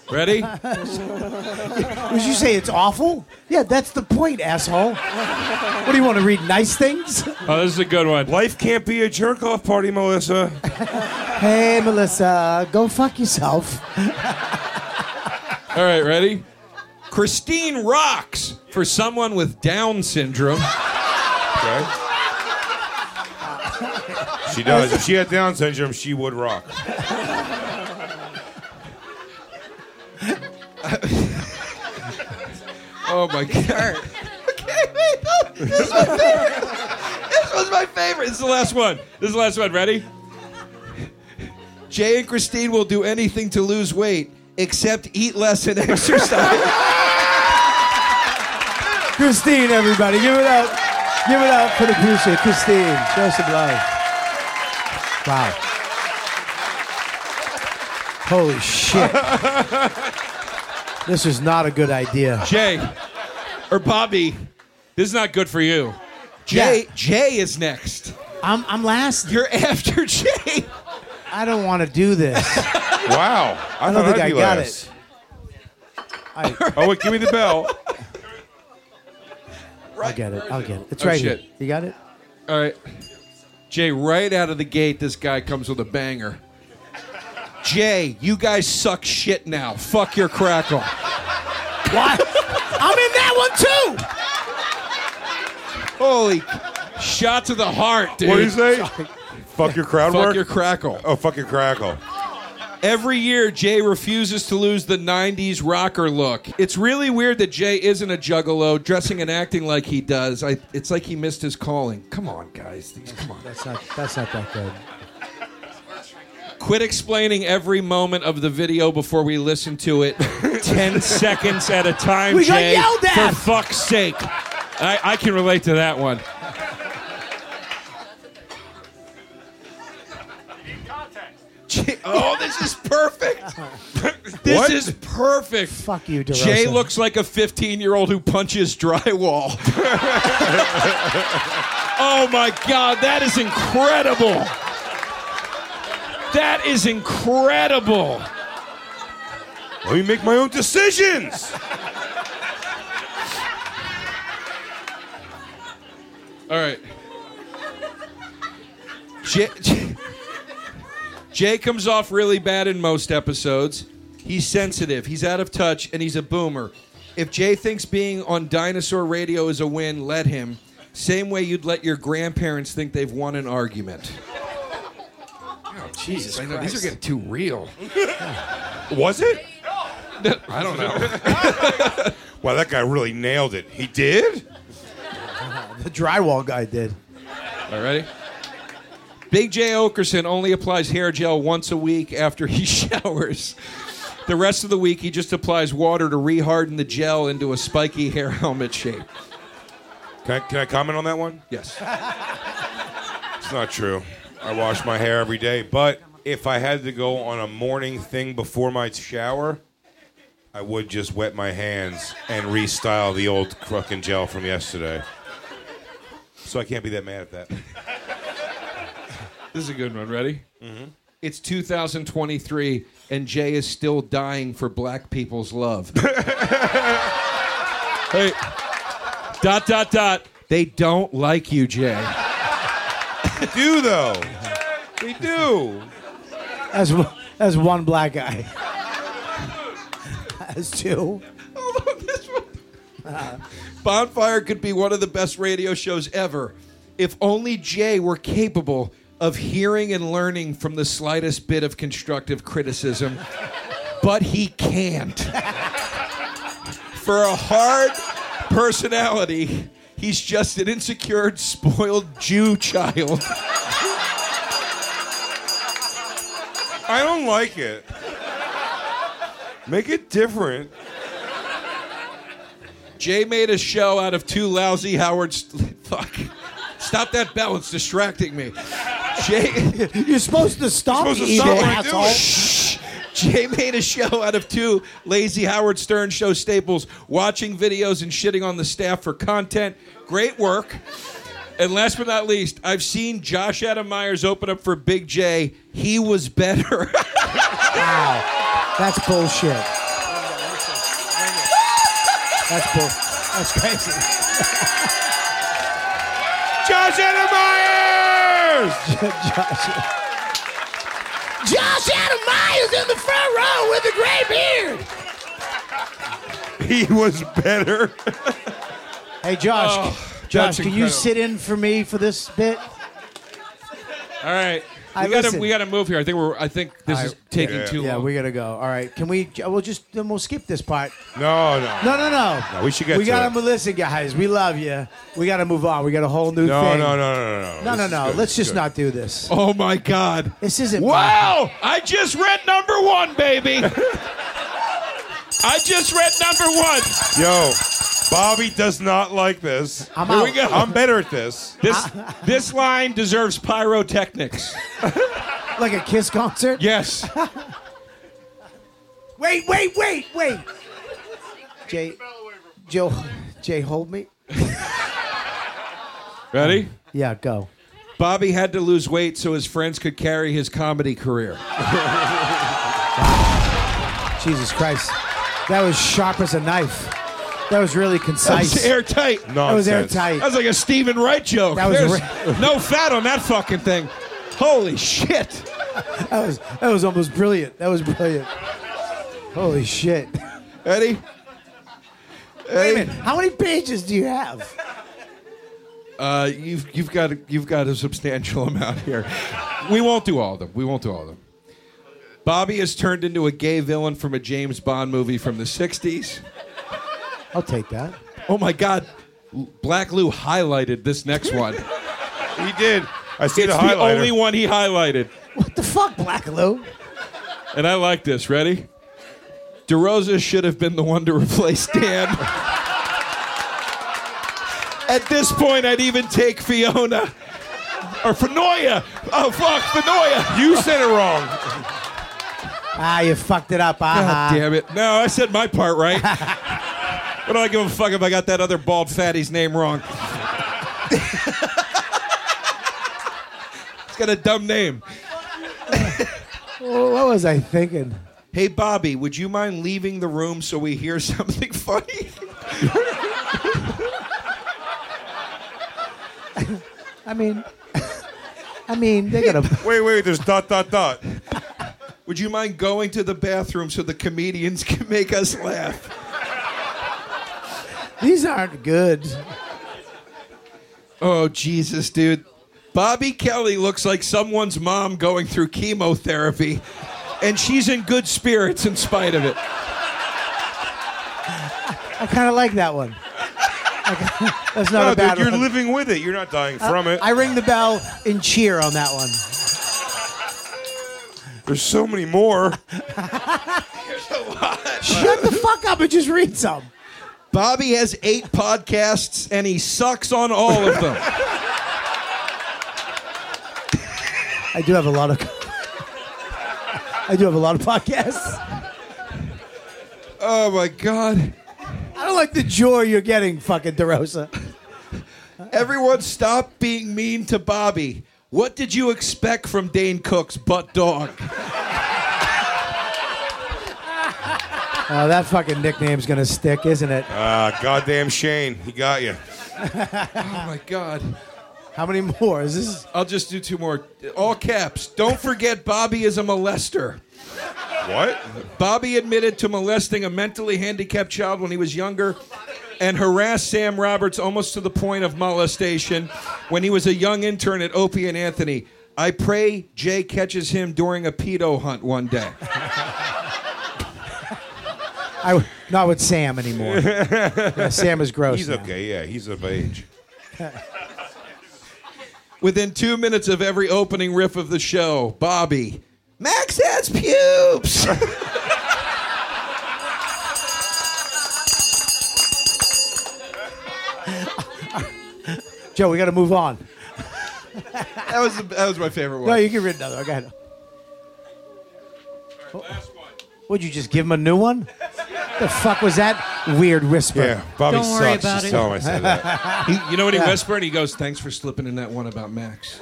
I: Ready?
B: Would you say it's awful? Yeah, that's the point, asshole. What do you want to read? Nice things?
C: Uh.
I: Oh, this is a good one.
C: Life can't be a jerk off party, Melissa.
B: Hey, Melissa, go fuck yourself.
I: All right, ready? Christine rocks for someone with Down syndrome.
C: Okay. She does. If she had Down syndrome, she would rock.
I: Oh my god. this was my favorite. This was my favorite. This is the last one. This is the last one. Ready? Jay and Christine will do anything to lose weight except eat less and exercise.
B: Christine, everybody, give it up. Give it up for the producer, Christine. Show some love. Wow. Holy shit. this is not a good idea.
I: Jay or Bobby, this is not good for you. Jay Jay is next.
B: I'm, I'm last.
I: You're after Jay.
B: I don't want to do this.
C: Wow.
B: I don't
C: thought
B: think
C: I'd
B: I
C: be
B: got
C: last.
B: it.
C: Oh, wait, give me the bell.
B: I'll get it. I'll get it. It's
I: Oh,
B: right
I: shit.
B: here. You got it?
I: All right. Jay, right out of the gate, this guy comes with a banger. Jay, you guys suck shit now. Fuck your crackle.
B: What? I'm in that one too.
I: Holy shot to the heart, dude.
C: What do you say? Fuck your crowd
I: Fuck
C: work?
I: your crackle.
C: Oh, fuck your crackle.
I: Every year, Jay refuses to lose the 90s rocker look. It's really weird that Jay isn't a juggalo, dressing and acting like he does. I, it's like he missed his calling. Come on, guys. These- Come on.
B: That's not, that's not that good.
I: Quit explaining every moment of the video before we listen to it 10 seconds at a time,
B: We got
I: Jay.
B: yelled at!
I: For fuck's sake. I, I can relate to that one. Jay- oh, this is perfect. this
C: What?
I: is perfect.
B: Fuck you, DeRosa.
I: Jay looks like a 15 year old who punches drywall. oh my God, that is incredible. That is incredible.
C: Let me make my own decisions.
I: All right. Jay, Jay comes off really bad in most episodes. He's sensitive, he's out of touch, and he's a boomer. If Jay thinks being on dinosaur radio is a win, let him. Same way you'd let your grandparents think they've won an argument. Oh, Jesus, I know these are getting too real.
C: Was it?
I: I don't know.
C: Wow, that guy really nailed it. He did?
B: The drywall guy did.
I: All right, ready? Big J Okerson only applies hair gel once a week after he showers. The rest of the week, he just applies water to reharden the gel into a spiky hair helmet shape.
C: Can I, can I comment on that one?
I: Yes.
C: It's not true. I wash my hair every day, but if I had to go on a morning thing before my shower, I would just wet my hands and restyle the old fucking gel from yesterday. So I can't be that mad at that.
I: This is a good one. Ready? Mm-hmm. It's 2023, and Jay is still dying for black people's love. hey, dot, dot, dot. They don't like you, Jay.
C: do, though. They do.
B: As, one- as one black guy. as two.
I: Bonfire could be one of the best radio shows ever if only Jay were capable of hearing and learning from the slightest bit of constructive criticism, but he can't. For a hard personality, he's just an insecure, spoiled Jew child.
C: I don't like it. Make it different.
I: Jay made a show out of two lousy Howard. St- fuck. Stop that bell. It's distracting me. Jay.
B: You're supposed to stop
I: You're supposed to
B: me,
I: stop
B: you
I: what I'm
B: asshole.
I: doing. Shh. Jay made a show out of two lazy Howard Stern show staples, watching videos and shitting on the staff for content. Great work. And last but not least, I've seen Josh Adam Myers open up for Big J. He was better.
B: wow. That's bullshit. That's bull. That's crazy.
C: Josh Adam
B: Josh.
E: Josh Adam Myers in the front row with a gray beard.
C: He was better.
B: hey, Josh.
C: Oh,
B: Josh,
I: that's
B: can you
I: incredible.
B: sit in for me for this bit?
I: All right.
B: I
I: We got to
B: listen.
I: we got to move here. I think we're I think this is taking
B: yeah,
I: too
B: Yeah,
I: long.
B: we gotta go. All right, can we? uh, We'll just then we'll skip this part.
C: No, no,
B: no, no, no.
C: No, we should get
B: We
C: to
B: gotta
C: it.
B: but listen, guys. We love you. We gotta move on. We got a whole new
C: No,
B: thing.
C: no, no, no, no,
B: no,
C: no. Oh, This
B: no,
C: is
B: no. Let's
C: good. This is
B: just
C: good.
B: not do this.
I: Oh my God.
B: This isn't.
I: Wow! I just read number one, baby. I just read number one.
C: Yo, Bobby does not like this.
I: I'm
C: Here we
I: out.
C: go. I'm better at this.
I: This this line deserves pyrotechnics.
B: like a Kiss concert.
I: Yes.
B: Wait, wait, wait, wait. Jay, Joe, Jay, hold me.
I: Ready?
B: Yeah, go.
I: Bobby had to lose weight so his friends could carry his comedy career.
B: Jesus Christ, that was sharp as a knife. That was really concise.
I: That was airtight.
B: That was Nonsense. airtight.
I: That was like a Stephen Wright joke.
B: That was
I: There's no fat on that fucking thing. Holy shit.
B: that was that was almost brilliant. That was brilliant. Holy shit.
I: Eddie?
B: Wait a minute. How many pages do you have?
I: Uh, you've you've got a, you've got a substantial amount here. We won't do all of them. We won't do all of them. Bobby has turned into a gay villain from a James Bond movie from the '60s.
B: I'll take that.
I: Oh my God, L- Black Lou highlighted this next one.
C: he did. I see
I: it's
C: the highlighter.
I: only one he highlighted,
B: What the fuck, Black Lou?
I: and I like this. Ready? DeRosa should have been the one to replace Dan. At this point, I'd even take Fiona or Fenoya. Oh fuck, Fenoya!
C: You said it wrong.
B: Ah, you fucked it up. Ah,
I: God damn it. No, I said my part right. what do I give a fuck if I got that other bald fatty's name wrong? it's got a dumb name.
B: Wha- What was I thinking?
I: Hey, Bobby, would you mind leaving the room so we hear something funny?
B: I mean, I mean, they gotta.
C: Wait, wait, there's dot, dot, dot.
I: Would you mind going to the bathroom so the comedians can make us laugh?
B: These aren't good.
I: Oh, Jesus, dude. Bobby Kelly looks like someone's mom going through chemotherapy, and she's in good spirits in spite of it.
B: I kind of like that one. That's not
C: no,
B: a bad Uh,
C: dude,
B: one.
C: You're living with it. You're not dying from it.
B: I ring the bell and Oh, cheer on that one.
C: There's so many more.
B: Shut the fuck up and just read some.
I: Bobby has eight podcasts and he sucks on all of them.
B: I do have a lot of. I do have a lot of podcasts.
I: Oh my god!
B: I don't like the joy you're getting, fucking DeRosa.
I: Everyone, stop being mean to Bobby. What did you expect from Dane Cook's butt dog?
B: Oh, that fucking nickname's gonna stick, isn't it?
C: Ah, goddamn Shane, he got you.
I: Oh my god!
B: How many more is this?
I: I'll just do two more. All caps. Don't forget, Bobby is a molester.
C: What?
I: Bobby admitted to molesting a mentally handicapped child when he was younger and harassed Sam Roberts almost to the point of molestation when he was a young intern at Opie and Anthony. I pray Jay catches him during a pedo hunt one day.
B: I not with Sam anymore. Yeah, Sam is gross.
C: He's
B: now.
C: okay. Yeah, he's of age.
I: Within two minutes of every opening riff of the show, Bobby, Max has pubes.
B: Joe, we got to move on.
I: that was that was my favorite one.
B: No, you can read another. one. Go ahead. Would you just give him a new one? The fuck was that weird whisper?
C: Yeah, Bobby Don't worry sucks. about Just it. tell him I said that.
I: He- you know what he
B: Yeah.
I: whispered? He goes, "Thanks for slipping in that one about Max."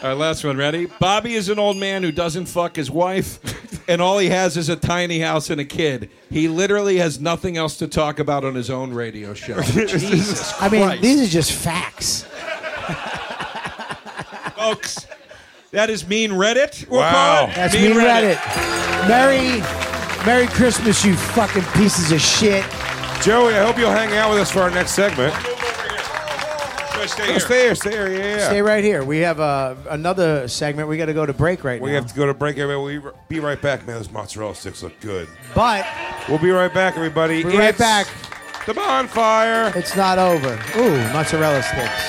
I: All right, last one. Ready? Bobby is an old man who doesn't fuck his wife, and all he has is a tiny house and a kid. He literally has nothing else to talk about on his own radio show. Jesus
B: I mean,
I: Christ.
B: these are just facts.
I: folks. That is Mean Reddit. We'll
B: Wow.
I: call it
B: That's me Reddit. Merry, Merry Christmas, you fucking pieces of shit.
C: Joey, I hope you'll hang out with us for our next segment.
I: Stay
C: here. Stay here. Stay here. Yeah. yeah.
B: Stay right here. We have uh, another segment. We got to go to break right
C: We
B: now.
C: have to go to break, everybody. We be right back, man. Those mozzarella sticks look good.
B: But
C: we'll be right back, everybody.
B: We'll be right
C: It's
B: back.
C: The bonfire.
B: It's not over. Ooh, mozzarella sticks.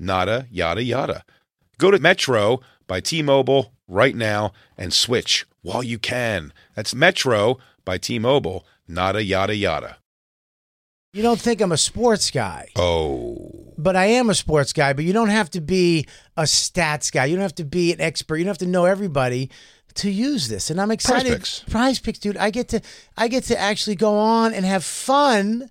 C: nada yada yada. Go to Metro by T Mobile right now and switch while you can. That's Metro by T Mobile, nada yada yada.
B: You don't think I'm a sports guy,
C: Oh.
B: but I am a sports guy. But you don't have to be a stats guy. You don't have to be an expert. You don't have to know everybody to use this. And I'm excited.
C: Picks.
B: Prize picks, dude. I get to I get to actually go on and have fun.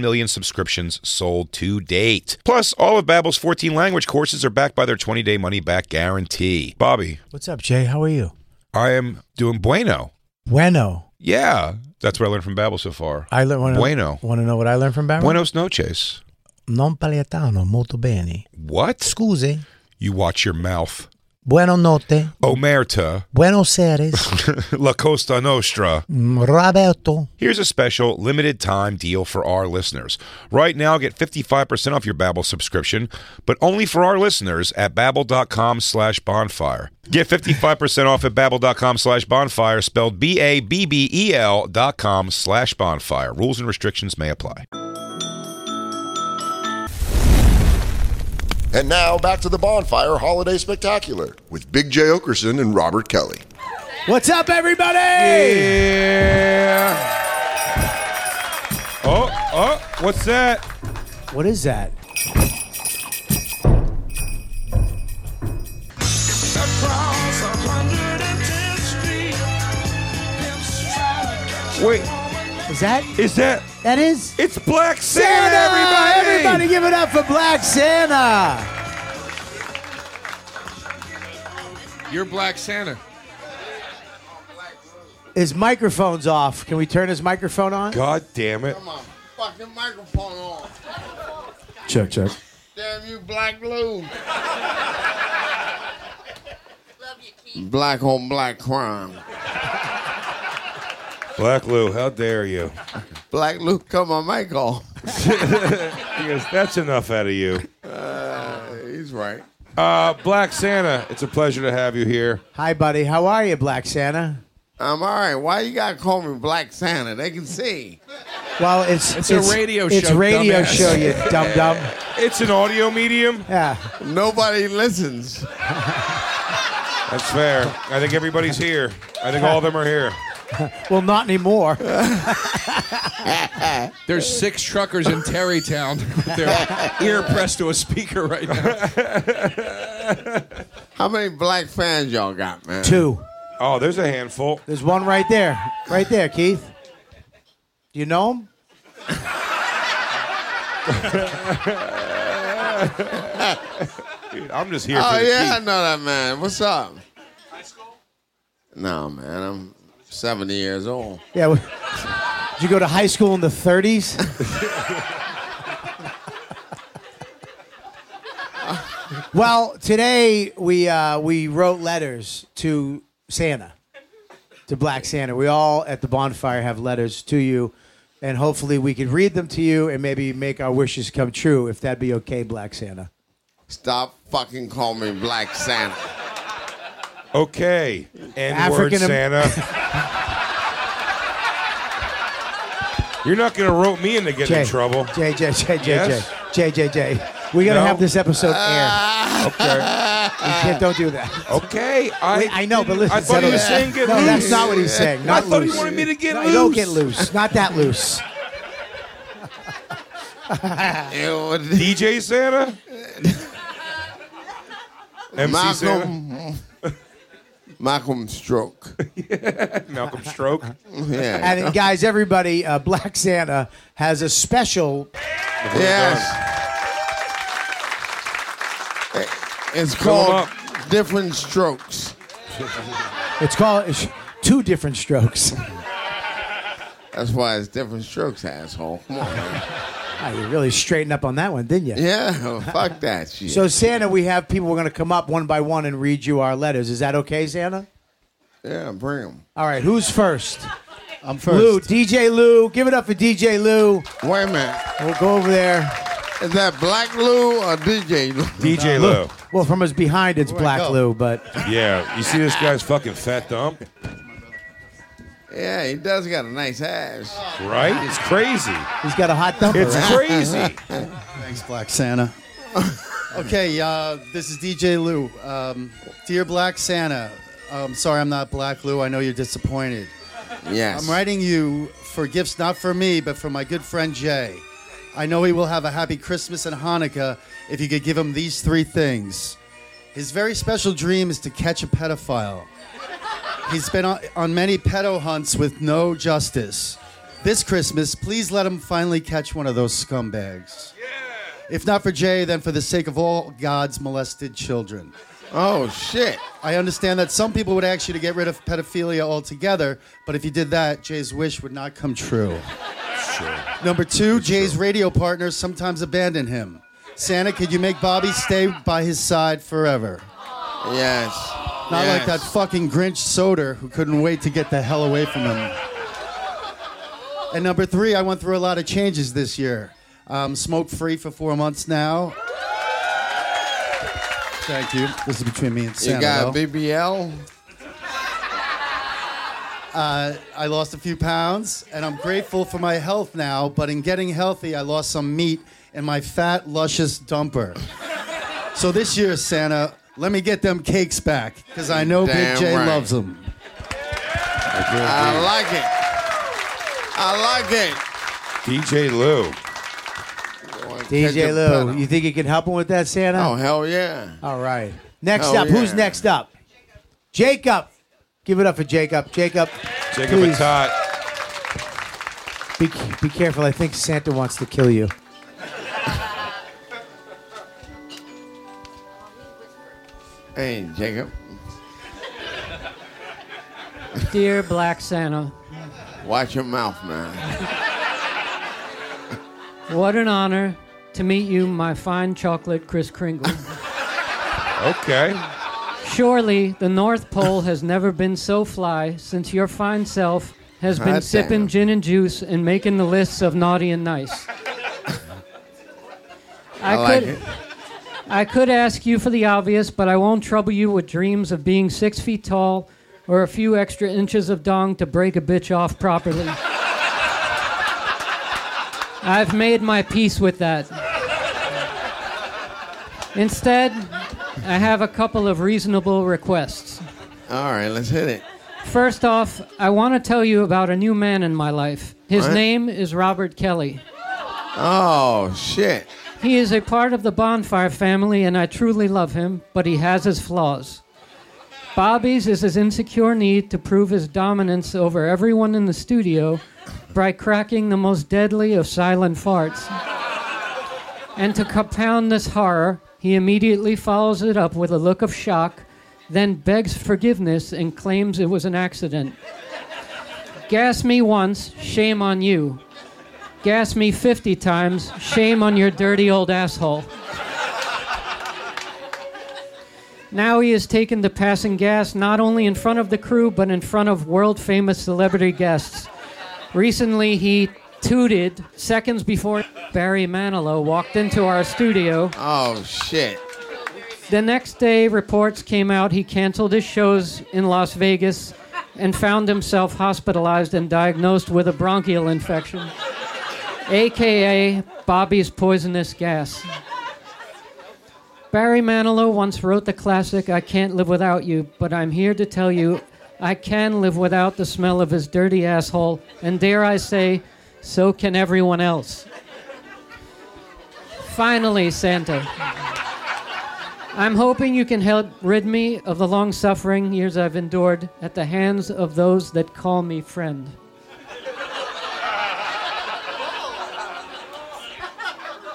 C: million subscriptions sold to date. Plus, all of Babbel's 14 language courses are backed by their 20-day money-back guarantee. Bobby,
B: What's up, Jay? How are you?
C: I am doing bueno.
B: Bueno.
C: Yeah, that's what I learned from Babbel so far.
B: I learned wanna-
C: bueno.
B: Want to know what I learned from Barry?
C: Buenos noches.
B: Non paliatano molto bene.
C: What?
B: Scusi.
C: You watch your mouth.
B: Buono notte.
C: Omerta.
B: Buenos Aires.
C: La Costa Nostra.
B: Roberto.
C: Here's a special limited time deal for our listeners. Right now, get 55% off your Babbel subscription, but only for our listeners at babbel.com slash bonfire. Get 55% off at babbel.com slash bonfire, spelled B-A-B-B-E-L E dot com slash bonfire. Rules and restrictions may apply.
A: And now back to the Bonfire Holiday Spectacular with Big J. Okerson and Robert Kelly.
L: What's up, everybody?
E: Oh, oh, what's that?
L: What is that?
E: Wait.
B: Is that?
E: Is that?
B: That is.
E: It's Black Santa, everybody!
L: Everybody give it up for Black Santa.
I: You're Black Santa.
L: His microphone's off. Can we turn his microphone on?
E: God damn it.
M: Fuck the microphone on.
L: Check, check.
M: Damn you, Black Lou.
A: Black on black crime.
E: Black Lou, how dare you?
M: Black Lou, come on, mic off.
E: He goes, that's enough out of you.
M: Uh, he's right.
E: Uh, Black Santa, it's a pleasure to have you here.
L: Hi, buddy. How are you, Black Santa?
M: I'm all right. Why you gotta call me Black Santa? They can see.
L: Well, it's
M: It's a radio
L: It's
M: show,
L: radio
M: dumbass.
L: show, you dumb dumb.
E: It's an audio medium.
L: Yeah.
M: Nobody listens.
C: That's fair. I think everybody's here. I think all of them are here.
B: well, not anymore.
I: There's six truckers in Terrytown. They're ear pressed to a speaker right now.
M: How many black fans y'all got, man?
B: Two.
C: Oh, there's a handful.
B: There's one right there, right there, Keith. Do you know him?
C: Dude, I'm just here.
M: oh
C: for the
M: yeah, I
C: heat.
M: know that man. What's up? No, man, I'm 70 years old.
B: Yeah. w- Did you go to high school in the 30s? well, today we uh, we wrote letters to Santa, to Black Santa. We all at the bonfire have letters to you, and hopefully we could read them to you and maybe make our wishes come true. If that'd be okay, Black Santa.
M: Stop fucking calling me Black Santa.
C: Okay, N word
B: African-
C: Santa. You're not gonna rope me into getting in trouble.
B: J J J J
C: Yes?
B: J J J J. We gotta
C: No?
B: have this episode
M: Uh,
B: air.
C: Okay.
B: You can't, don't do that.
C: Uh, Okay, I
B: I know, but listen.
C: I thought
B: settle
C: he was
B: down.
C: saying get
B: no,
C: loose.
B: that's not what he's saying. Not
C: I thought
B: loose.
C: he wanted me to get
B: no,
C: loose.
B: Don't get loose. Not that loose.
C: DJ Santa. MC
M: Malcolm. Malcolm Stroke.
C: Malcolm Stroke.
M: Yeah.
B: And then, guys, everybody, uh, Black Santa has a special.
M: Yes. It's
B: Fill 'em
M: called Different Strokes.
B: It's called it's Two Different Strokes.
M: That's why it's Different Strokes, asshole. Come on. man.
B: Wow, Ah, you really straightened up on that one, didn't you?
M: Yeah, fuck that shit.
B: So, Santa, we have people. We're going to come up one by one and read you our letters. Is that okay, Santa?
M: yeah, bring him.
B: All right, who's first?
J: I'm
B: Lou,
J: first.
B: DJ Lou. Give it up for DJ Lou.
M: Wait a minute.
B: We'll go over there.
M: Is that Black Lou or DJ Lou?
C: DJ
B: Lou.
C: Lou.
B: Well, from us behind, it's Black
M: go?
B: Lou, but
C: Yeah, you see this guy's fucking fat dump,
M: Yeah, he does got a nice ass.
C: right? It's crazy.
B: he's got a hot dumper.
C: It's
B: right?
C: crazy.
J: Thanks, Black Santa. okay, uh, this is DJ Lou. Um, dear Black Santa, I'm sorry I'm not Black Lou. I know you're disappointed.
M: Yes.
J: I'm writing you for gifts not for me, but for my good friend Jay. I know he will have a happy Christmas and Hanukkah if you could give him these three things. His very special dream is to catch a pedophile. He's been on, on many pedo hunts with no justice. This Christmas, please let him finally catch one of those scumbags. If not for Jay, then for the sake of all God's molested children.
M: Oh shit.
J: I understand that some people would ask you to get rid of pedophilia altogether, but if you did that, Jay's wish would not come true. Number two, Jay's radio partners sometimes abandon him. Santa, could you make Bobby stay by his side forever?
M: Yes.
J: Not
M: yes.
J: like that fucking Grinch Soder who couldn't wait to get the hell away from him. And number three, I went through a lot of changes this year. Um, smoke free for four months now. Thank you. This is between me and Santa.
M: You got
J: though.
M: a BBL?
J: Uh, I lost a few pounds, and I'm grateful for my health now. But in getting healthy, I lost some meat and my fat, luscious dumper. So this year, Santa, let me get them cakes back because I
B: Oh,
J: know
M: Damn
J: Big J
M: right.
J: loves them.
M: I like it. I like it.
C: DJ Lou.
B: DJ Lou, you think you can help him with that, Santa?
M: Oh hell yeah.
B: All right. Next
M: Hell
B: up, who's
M: yeah.
B: next up? Jacob. Give it up for Jacob. Jacob,
C: Jacob
B: Please.
C: Atat.
B: be, be careful. I think Santa wants to kill you.
M: Hey Jacob.
G: Dear Black Santa,
M: Watch your mouth, man.
G: what an honor to meet you, my fine chocolate Kris Kringle.
C: Okay.
G: Surely the North Pole has never been so fly since your fine self has been
M: Hot
G: sipping
M: Ah, damn.
G: gin and juice and making the lists of naughty and nice.
M: I, like it.
G: I could ask you for the obvious, but I won't trouble you with dreams of being six feet tall or a few extra inches of dong to break a bitch off properly. I've made my peace with that. Instead, I have a couple of reasonable requests.
M: All right, let's hit it.
G: First off, I want to tell you about a new man in my life. His
M: What?
G: name is Robert Kelly.
M: Oh, shit.
G: He is a part of the Bonfire family, and I truly love him, but he has his flaws. Bobby's is his insecure need to prove his dominance over everyone in the studio by cracking the most deadly of silent farts. And to compound this horror, he immediately follows it up with a look of shock, then begs forgiveness and claims it was an accident. Gas me once, shame on you. Gas me 50 times, shame on your dirty old asshole. Now he has taken to passing gas not only in front of the crew, but in front of world famous celebrity guests. Recently, he tooted seconds before Barry Manilow walked into our studio.
M: Oh, shit.
G: The next day, reports came out he canceled his shows in Las Vegas and found himself hospitalized and diagnosed with a bronchial infection, aka Bobby's poisonous gas. Barry Manilow once wrote the classic I Can't Live Without You, but I'm here to tell you I can live without the smell of his dirty asshole, and dare I say, so can everyone else. Finally, Santa. I'm hoping you can help rid me of the long suffering years I've endured at the hands of those that call me friend.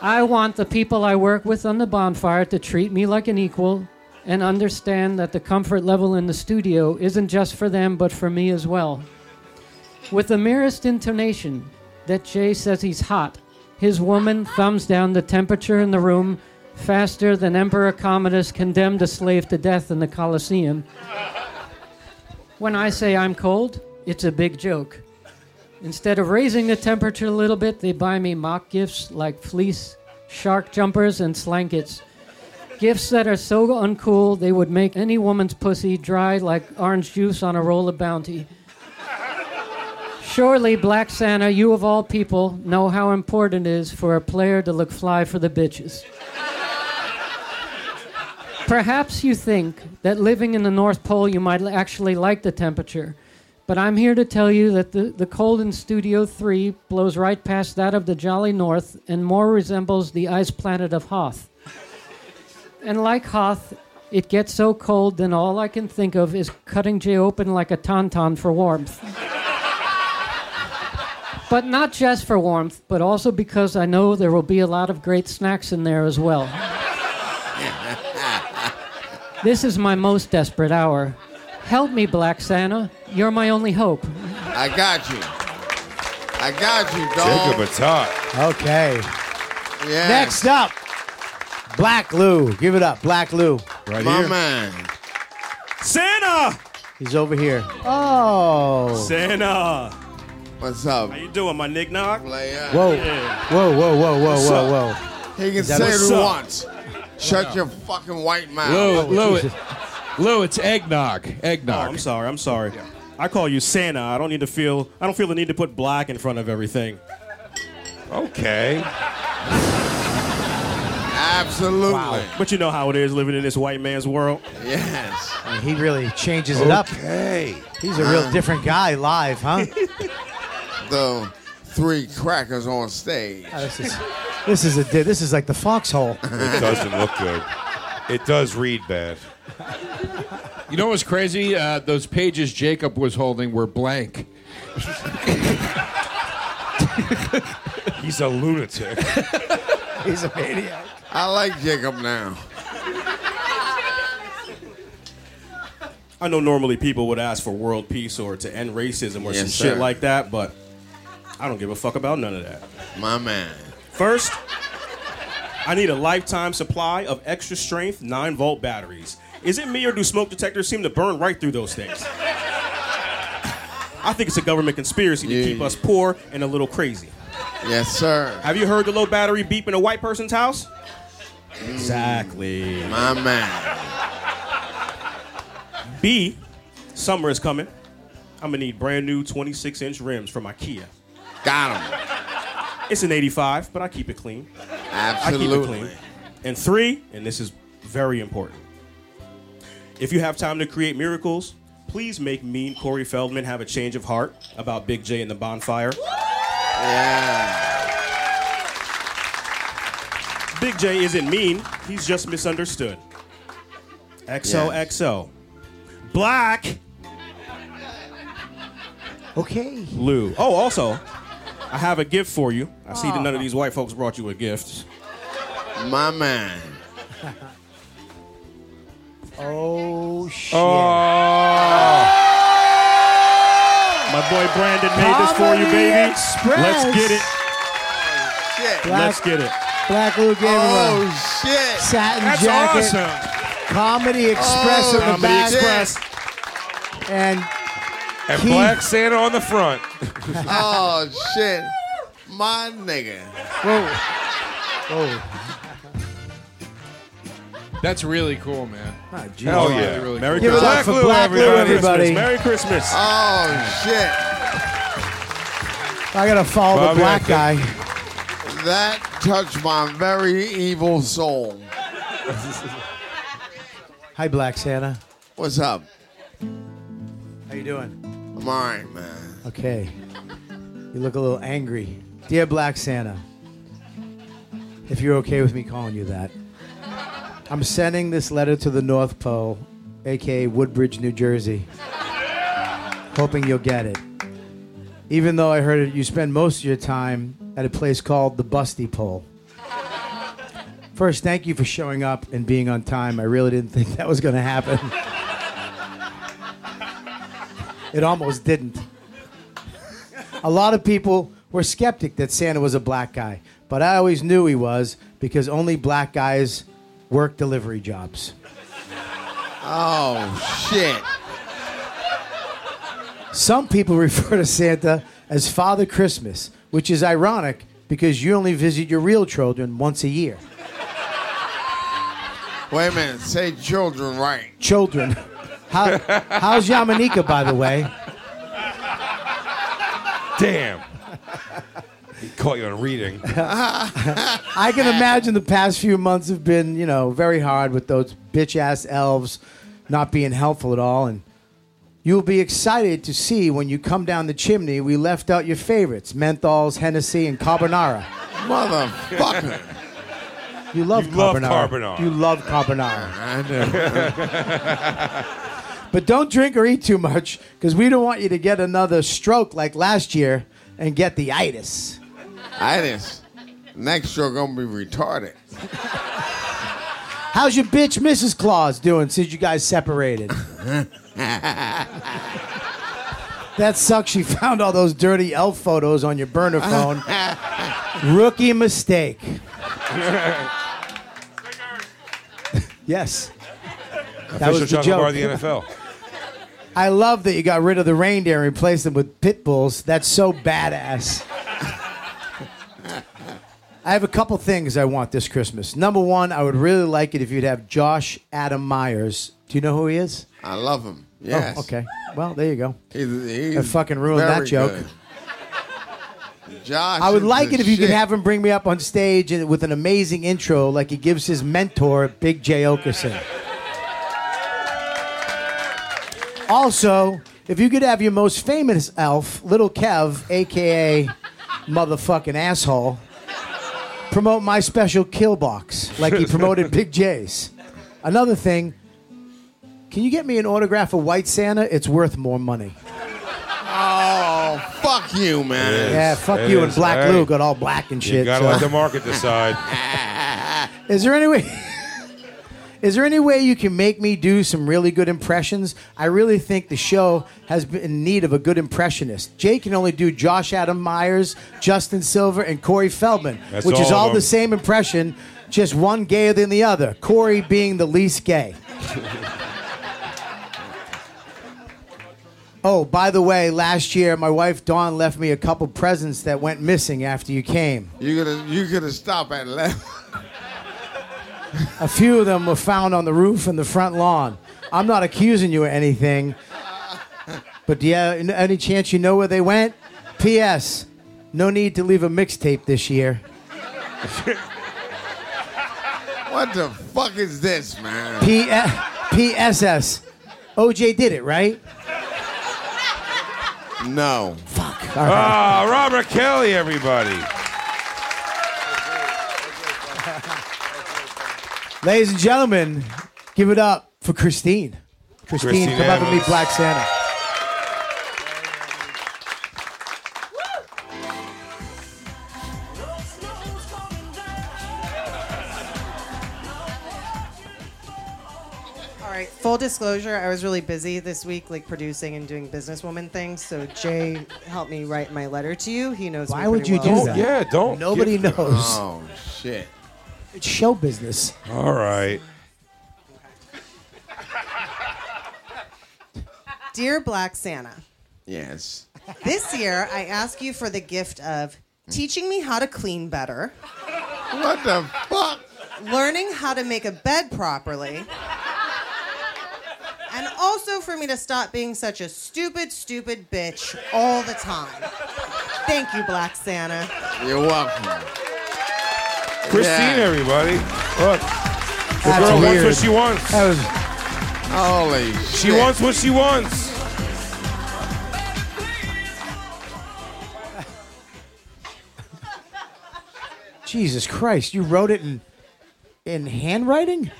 G: I want the people I work with on the bonfire to treat me like an equal and understand that the comfort level in the studio isn't just for them but for me as well. With the merest intonation that Jay says he's hot, his woman thumbs down the temperature in the room faster than Emperor Commodus condemned a slave to death in the Colosseum. When I say I'm cold, it's a big joke. Instead of raising the temperature a little bit, they buy me mock gifts like fleece, shark jumpers, and slankets. Gifts that are so uncool they would make any woman's pussy dry like orange juice on a roll of bounty. Surely, Black Santa, you of all people know how important it is for a player to look fly for the bitches. Perhaps you think that living in the North Pole you might actually like the temperature, but I'm here to tell you that the, the cold in Studio 3 blows right past that of the Jolly North and more resembles the ice planet of Hoth. And like Hoth, it gets so cold, then all I can think of is cutting Jay open like a tauntaun for warmth. but not just for warmth, but also because I know there will be a lot of great snacks in there as well. This is my most desperate hour. Help me, Black Santa. You're my only hope.
M: I got you. I got you, dog.
D: Jacob Atat.
B: Okay.
M: Yeah.
B: Next up, Black Lou. Give it up, Black Lou.
M: Right My here. man.
N: Santa!
B: He's over here. Oh.
N: Santa!
M: What's up?
N: How you doing, my knick knock?
B: Whoa. Whoa, whoa, whoa, whoa,
N: What's
B: whoa, whoa.
N: up?
M: He can
B: Is that-
M: say
B: What's
M: it
B: up?
M: once. Shut your fucking white mouth.
N: Lou,
M: Oh,
N: Lou,
M: Jesus.
N: Lou, it's eggnog. Eggnog. Oh, I'm sorry. I'm sorry. I call you Santa. I don't need to feel. I don't feel the need to put black in front of everything. Okay.
M: Absolutely.
N: But you know how it is living in this white man's world.
M: Yes.
B: He really changes it up.
M: Okay.
B: He's a real
M: Uh.
B: different guy live, huh?
M: The three crackers on stage.
B: Ah, this is This is a di- this is like the foxhole.
C: It doesn't look good. It does read bad.
I: You know what's crazy? Uh, those pages Jacob was holding were blank.
C: He's a lunatic.
B: He's a maniac.
M: I like Jacob now.
N: I know normally people would ask for world peace or to end racism or some
M: Yes,
N: shit
M: sir.
N: like that, but I don't give a fuck about none of that.
M: My man.
N: First, I need a lifetime supply of extra strength 9 volt batteries. Is it me or do smoke detectors seem to burn right through those things? I think it's a government conspiracy to keep us poor and a little crazy.
M: Yes, sir.
N: Have you heard the low battery beep in a white person's house? Exactly.
M: Mm. My man.
N: B, summer is coming. I'm gonna need brand new 26 inch rims from IKEA.
M: Got them.
N: It's an 85, but I keep it clean. I keep it
M: Absolutely.
N: clean. And three, and this is very important. If you have time to create miracles, please make me and Corey Feldman have a change of heart about Big J and the bonfire?
M: Yeah.
N: Big J isn't mean, he's just misunderstood. XOXO. Black.
E: Okay.
N: Lou. Oh, also, I have a gift for you. I see that none of
E: Ah.
N: these white folks brought you a gift.
M: My man.
E: Oh shit.
N: Oh. My boy Brandon made this for you, baby.
E: Comedy Express.
N: Let's get it.
M: Shit.
N: Let's get it.
B: Black Lou gave him a
M: Oh, shit.
B: satin
M: That's
B: jacket. Comedy Express
M: Oh,
B: on
M: Comedy
B: the back.
M: Express.
B: And
C: And
B: Keith-
C: Black Santa on the front.
M: oh shit, my nigga.
B: Whoa. Whoa.
I: That's really cool, man.
B: Oh,
I: That's
N: Hell yeah.
I: really, really
N: Merry
I: cool.
N: Christmas.
B: Black Lou, everybody.
N: Merry Christmas.
M: Oh shit,
B: I gotta follow
M: Bobby,
B: the black
M: I
B: guy.
M: that touched my very evil soul.
B: Hi, Black Santa.
M: What's up?
B: How you doing?
M: I'm all right, man.
B: Okay. You look a little angry, dear Black Santa. If you're okay with me calling you that, I'm sending this letter to the North Pole, aka Woodbridge, New Jersey, hoping you'll get it. Even though I heard you spend most of your time at a place called the Busty Pole. First, thank you for showing up and being on time. I really didn't think that was going to happen. it almost didn't. A lot of people were skeptic that Santa was a black guy, but I always knew he was because only black guys work delivery jobs.
M: Oh shit.
B: Some people refer to Santa as Father Christmas, which is ironic because you only visit your real children once a year.
M: Wait a minute, say children right.
B: Children. How, how's Yamanika, by the way?
C: Damn. he caught you on reading.
B: I can imagine the past few months have been, you know, very hard with those bitch ass elves not being helpful at all. And you'll be excited to see when you come down the chimney, we left out your favorites menthols, Hennessy, and carbonara.
M: Motherfucker.
B: You love,
C: You love
B: carbonara.
C: carbonara.
B: You love carbonara.
M: I know.
B: But don't drink or eat too much because we don't want you to get another stroke like last year and get the itis.
M: Itis. Next you're gonna be retarded.
B: How's your bitch, Mrs. Claus, doing since you guys separated? That sucks. She found all those dirty elf photos on your burner phone. Rookie mistake. yes. That
C: Official
B: was the
C: chocolate bar of the
B: joke.
C: NFL.
B: I love that you got rid of the reindeer and replaced them with pit bulls. That's so badass. I have a couple things I want this Christmas. Number one, I would really like it if you'd have Josh Adam Myers. Do you know who he is?
M: I love him. Yes.
B: Oh, okay. Well, there you go.
M: He's, he's
B: I fucking ruined
M: very
B: that joke.
M: good. Josh.
B: I would
M: is
B: like
M: the
B: it if you could
M: shit.
B: have him bring me up on stage and- with an amazing intro, like he gives his mentor, Big J. Okerson. Also, if you could have your most famous elf, Little Kev, aka motherfucking asshole, promote my special kill box like he promoted Big J's. Another thing, can you get me an autograph of White Santa? It's worth more money.
M: Oh, fuck you, man.
B: Yeah, fuck you and Black Lou got all black and shit.
C: You gotta
B: so-
C: let the market decide.
B: Is there any way? Is there any way you can make me do some really good impressions? I really think the show has been in need of a good impressionist. Jay can only do Josh Adam Myers, Justin Silver, and Corey Feldman,
C: That's
B: which
C: all
B: is
C: of
B: all
C: them.
B: the same impression, just one gayer than the other. Corey being the least gay. Oh, by the way, last year my wife Dawn left me a couple presents that went missing after you came.
M: You could you could have stopped at left.
B: A few of them were found on the roof and the front lawn. I'm not accusing you of anything, but do you have any chance you know where they went? P.S. No need to leave a mixtape this year.
M: What the fuck is this, man?
B: P.S. P.S.S. OJ did it, right?
M: No.
C: Fuck. Ah, Robert Kelly, everybody.
B: Ladies and gentlemen, give it up for Christine. Christine,
C: Christine
B: come up and
C: Evans.
B: meet Black Santa.
K: All right. Full disclosure, I was really busy this week, like producing and doing businesswoman things. So Jay helped me write my letter to you. He knows.
B: Why
K: me
B: would
K: pretty
B: you
K: well.
B: do that? Nobody knows.
M: shit.
B: It's show business.
C: Oh. All right.
K: Dear Black Santa,
M: Yes.
K: this year I ask you for the gift of teaching me how to clean better.
M: What the fuck?
K: Learning how to make a bed properly. And also for me to stop being such a stupid, stupid bitch all the time. Thank you, Black Santa.
M: You're welcome.
C: Christine, everybody. Look.
M: That's
C: The girl wants
M: weird.
C: what she wants.
M: Holy
C: She
M: shit.
C: wants what she wants.
B: Jesus Christ, you wrote it in in handwriting?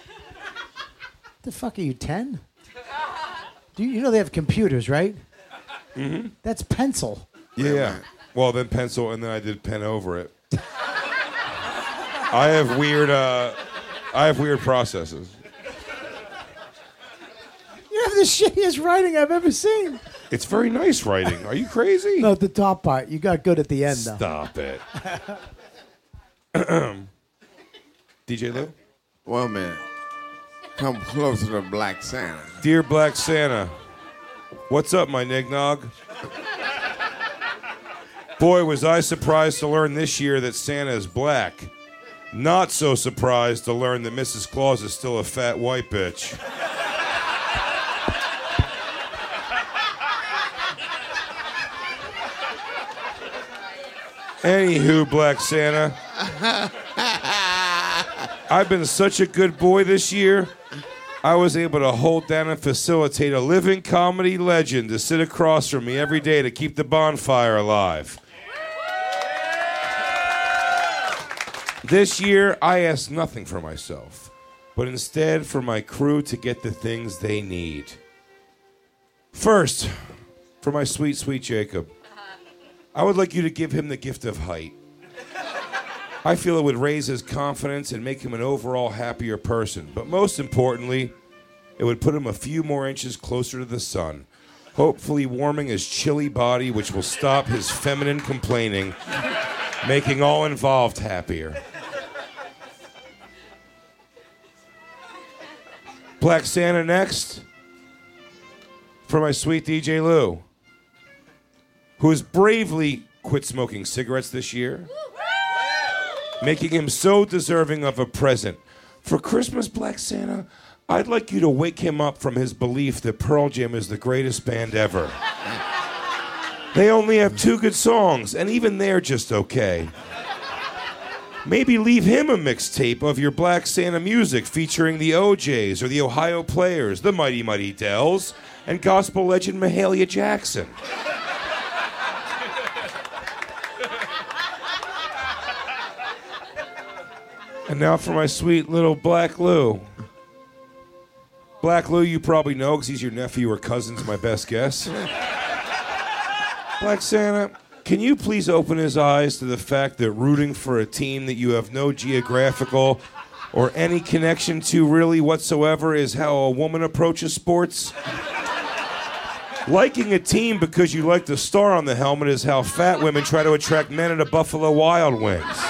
B: The fuck are you ten? Do you, you know they have computers, right?
C: Mm-hmm.
B: That's pencil.
C: Yeah. Well, then pencil, and then I did pen over it. I have weird. Uh, I have weird processes.
B: You have the shittiest writing I've ever seen.
C: It's very nice writing. Are you crazy?
B: No, the top part. You got good at the end, though.
C: Stop it. DJ Lou.
M: Well, man, come closer to Black Santa.
C: Dear Black Santa, what's up, my nignog? Boy, was I surprised to learn this year that Santa is black. Not so surprised to learn that Mrs. Claus is still a fat white bitch. Anywho, Black Santa, I've been such a good boy this year. I was able to hold down and facilitate a living comedy legend to sit across from me every day to keep the bonfire alive. This year, I asked nothing for myself, but instead for my crew to get the things they need. First, for my sweet, sweet Jacob, I would like you to give him the gift of height. I feel it would raise his confidence and make him an overall happier person. But most importantly, it would put him a few more inches closer to the sun, hopefully warming his chilly body, which will stop his feminine complaining, making all involved happier. Black Santa next for my sweet DJ Lou, who has bravely quit smoking cigarettes this year making him so deserving of a present. For Christmas, Black Santa, I'd like you to wake him up from his belief that Pearl Jam is the greatest band ever. They only have two good songs, and even they're just okay. Maybe leave him a mixtape of your Black Santa music featuring the OJs or the Ohio Players, the Mighty Mighty Dells, and gospel legend Mahalia Jackson. And now for my sweet little Black Lou. Black Lou, you probably know because he's your nephew or cousin's my best guess. Black Santa, can you please open his eyes to the fact that rooting for a team that you have no geographical or any connection to really whatsoever is how a woman approaches sports? Liking a team because you like the star on the helmet is how fat women try to attract men at a Buffalo Wild Wings.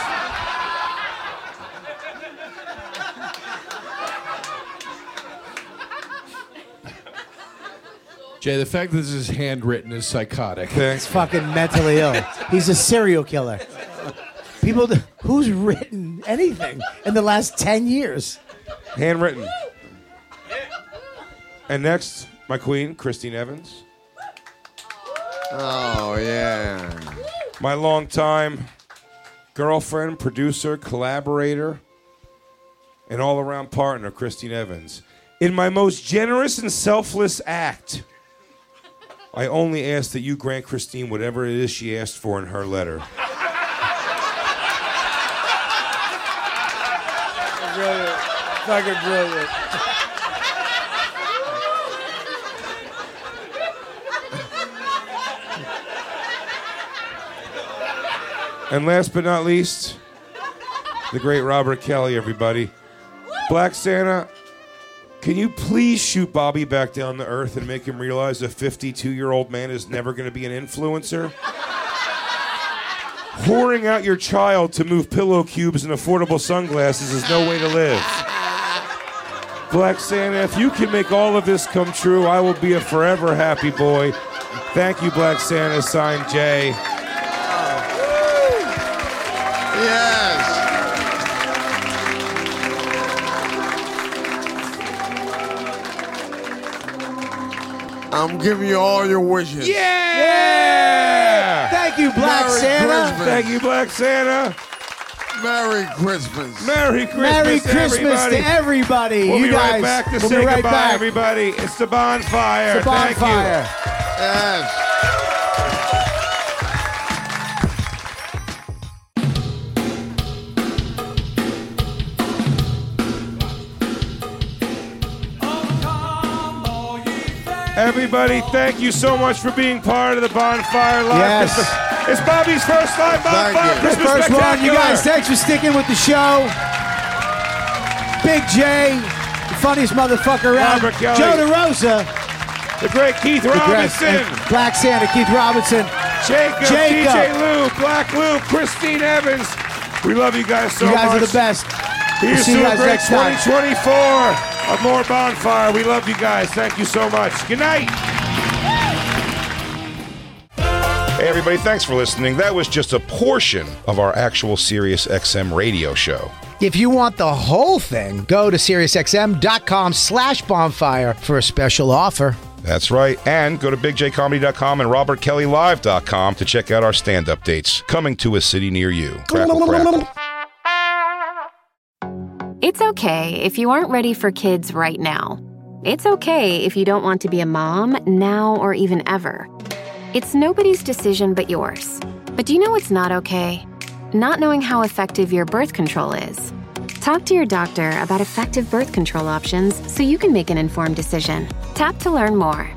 I: Jay, the fact that this is handwritten is psychotic.
B: He's fucking mentally ill. He's a serial killer. People, d- who's written anything in the last 10 years?
C: Handwritten. And next, my queen, Christine Evans.
M: Oh, yeah.
C: My longtime girlfriend, producer, collaborator, and all around partner, Christine Evans. In my most generous and selfless act, I only ask that you grant Christine whatever it is she asked for in her letter.
O: Brilliant. Fucking brilliant.
C: And last but not least, the great Robert Kelly, everybody. Black Santa, can you please shoot Bobby back down to earth and make him realize a 52 year old man is never going to be an influencer? Whoring out your child to move pillow cubes and affordable sunglasses is no way to live. Black Santa, if you can make all of this come true, I will be a forever happy boy. Thank you, Black Santa. Signed, Jay.
A: Yes.
M: I'm giving you all your wishes.
C: Yeah!
M: Thank you,
B: Black
M: Merry
B: Santa.
M: Christmas.
B: Thank
C: you, Black Santa.
M: Merry Christmas.
C: Merry
B: Merry Christmas to everybody.
C: We'll
B: you
C: be
B: guys.
C: right back to
B: we'll
C: say
B: be right
C: goodbye,
B: back.
C: everybody. It's the bonfire.
B: It's the bonfire.
C: Thank you. Everybody, thank you so much for being part of the bonfire live.
B: Yes.
C: Christmas- It's Bobby's first live bonfire
B: The
C: Christmas
B: first one, you
C: Spectacular.
B: guys. Thanks for sticking with the show. Big J, the funniest motherfucker around.
C: Robert Kelly.
B: Joe DeRosa.
C: The great Keith Robinson.
B: Black Santa, Keith Robinson.
C: Jacob,
B: Jacob.
C: DJ Lou, Black Lou, Christine Evans. We love you guys so
B: you
C: much.
B: guys are the best. We'll
C: Here's
B: see you
C: to a
B: guys
C: great
B: next time.
C: 2024 of more bonfire. We love you guys. Thank you so much. Good night. Hey everybody, thanks for listening. That was just a portion of our actual Sirius XM radio show.
E: If you want the whole thing, go to SiriusXM.com slash bonfire for a special offer.
C: That's right. And go to bigjcomedy.com and robertkellylive.com to check out our stand-up dates coming to a city near you. Crackle, crackle.
P: It's okay if you aren't ready for kids right now. It's okay if you don't want to be a mom now or even ever. It's nobody's decision but yours. But do you know what's not okay? Not knowing how effective your birth control is. Talk to your doctor about effective birth control options so you can make an informed decision. Tap to learn more.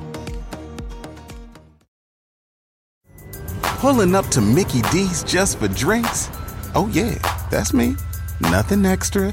F: Pulling up to Mickey D's just for drinks? Oh, yeah, that's me. Nothing extra,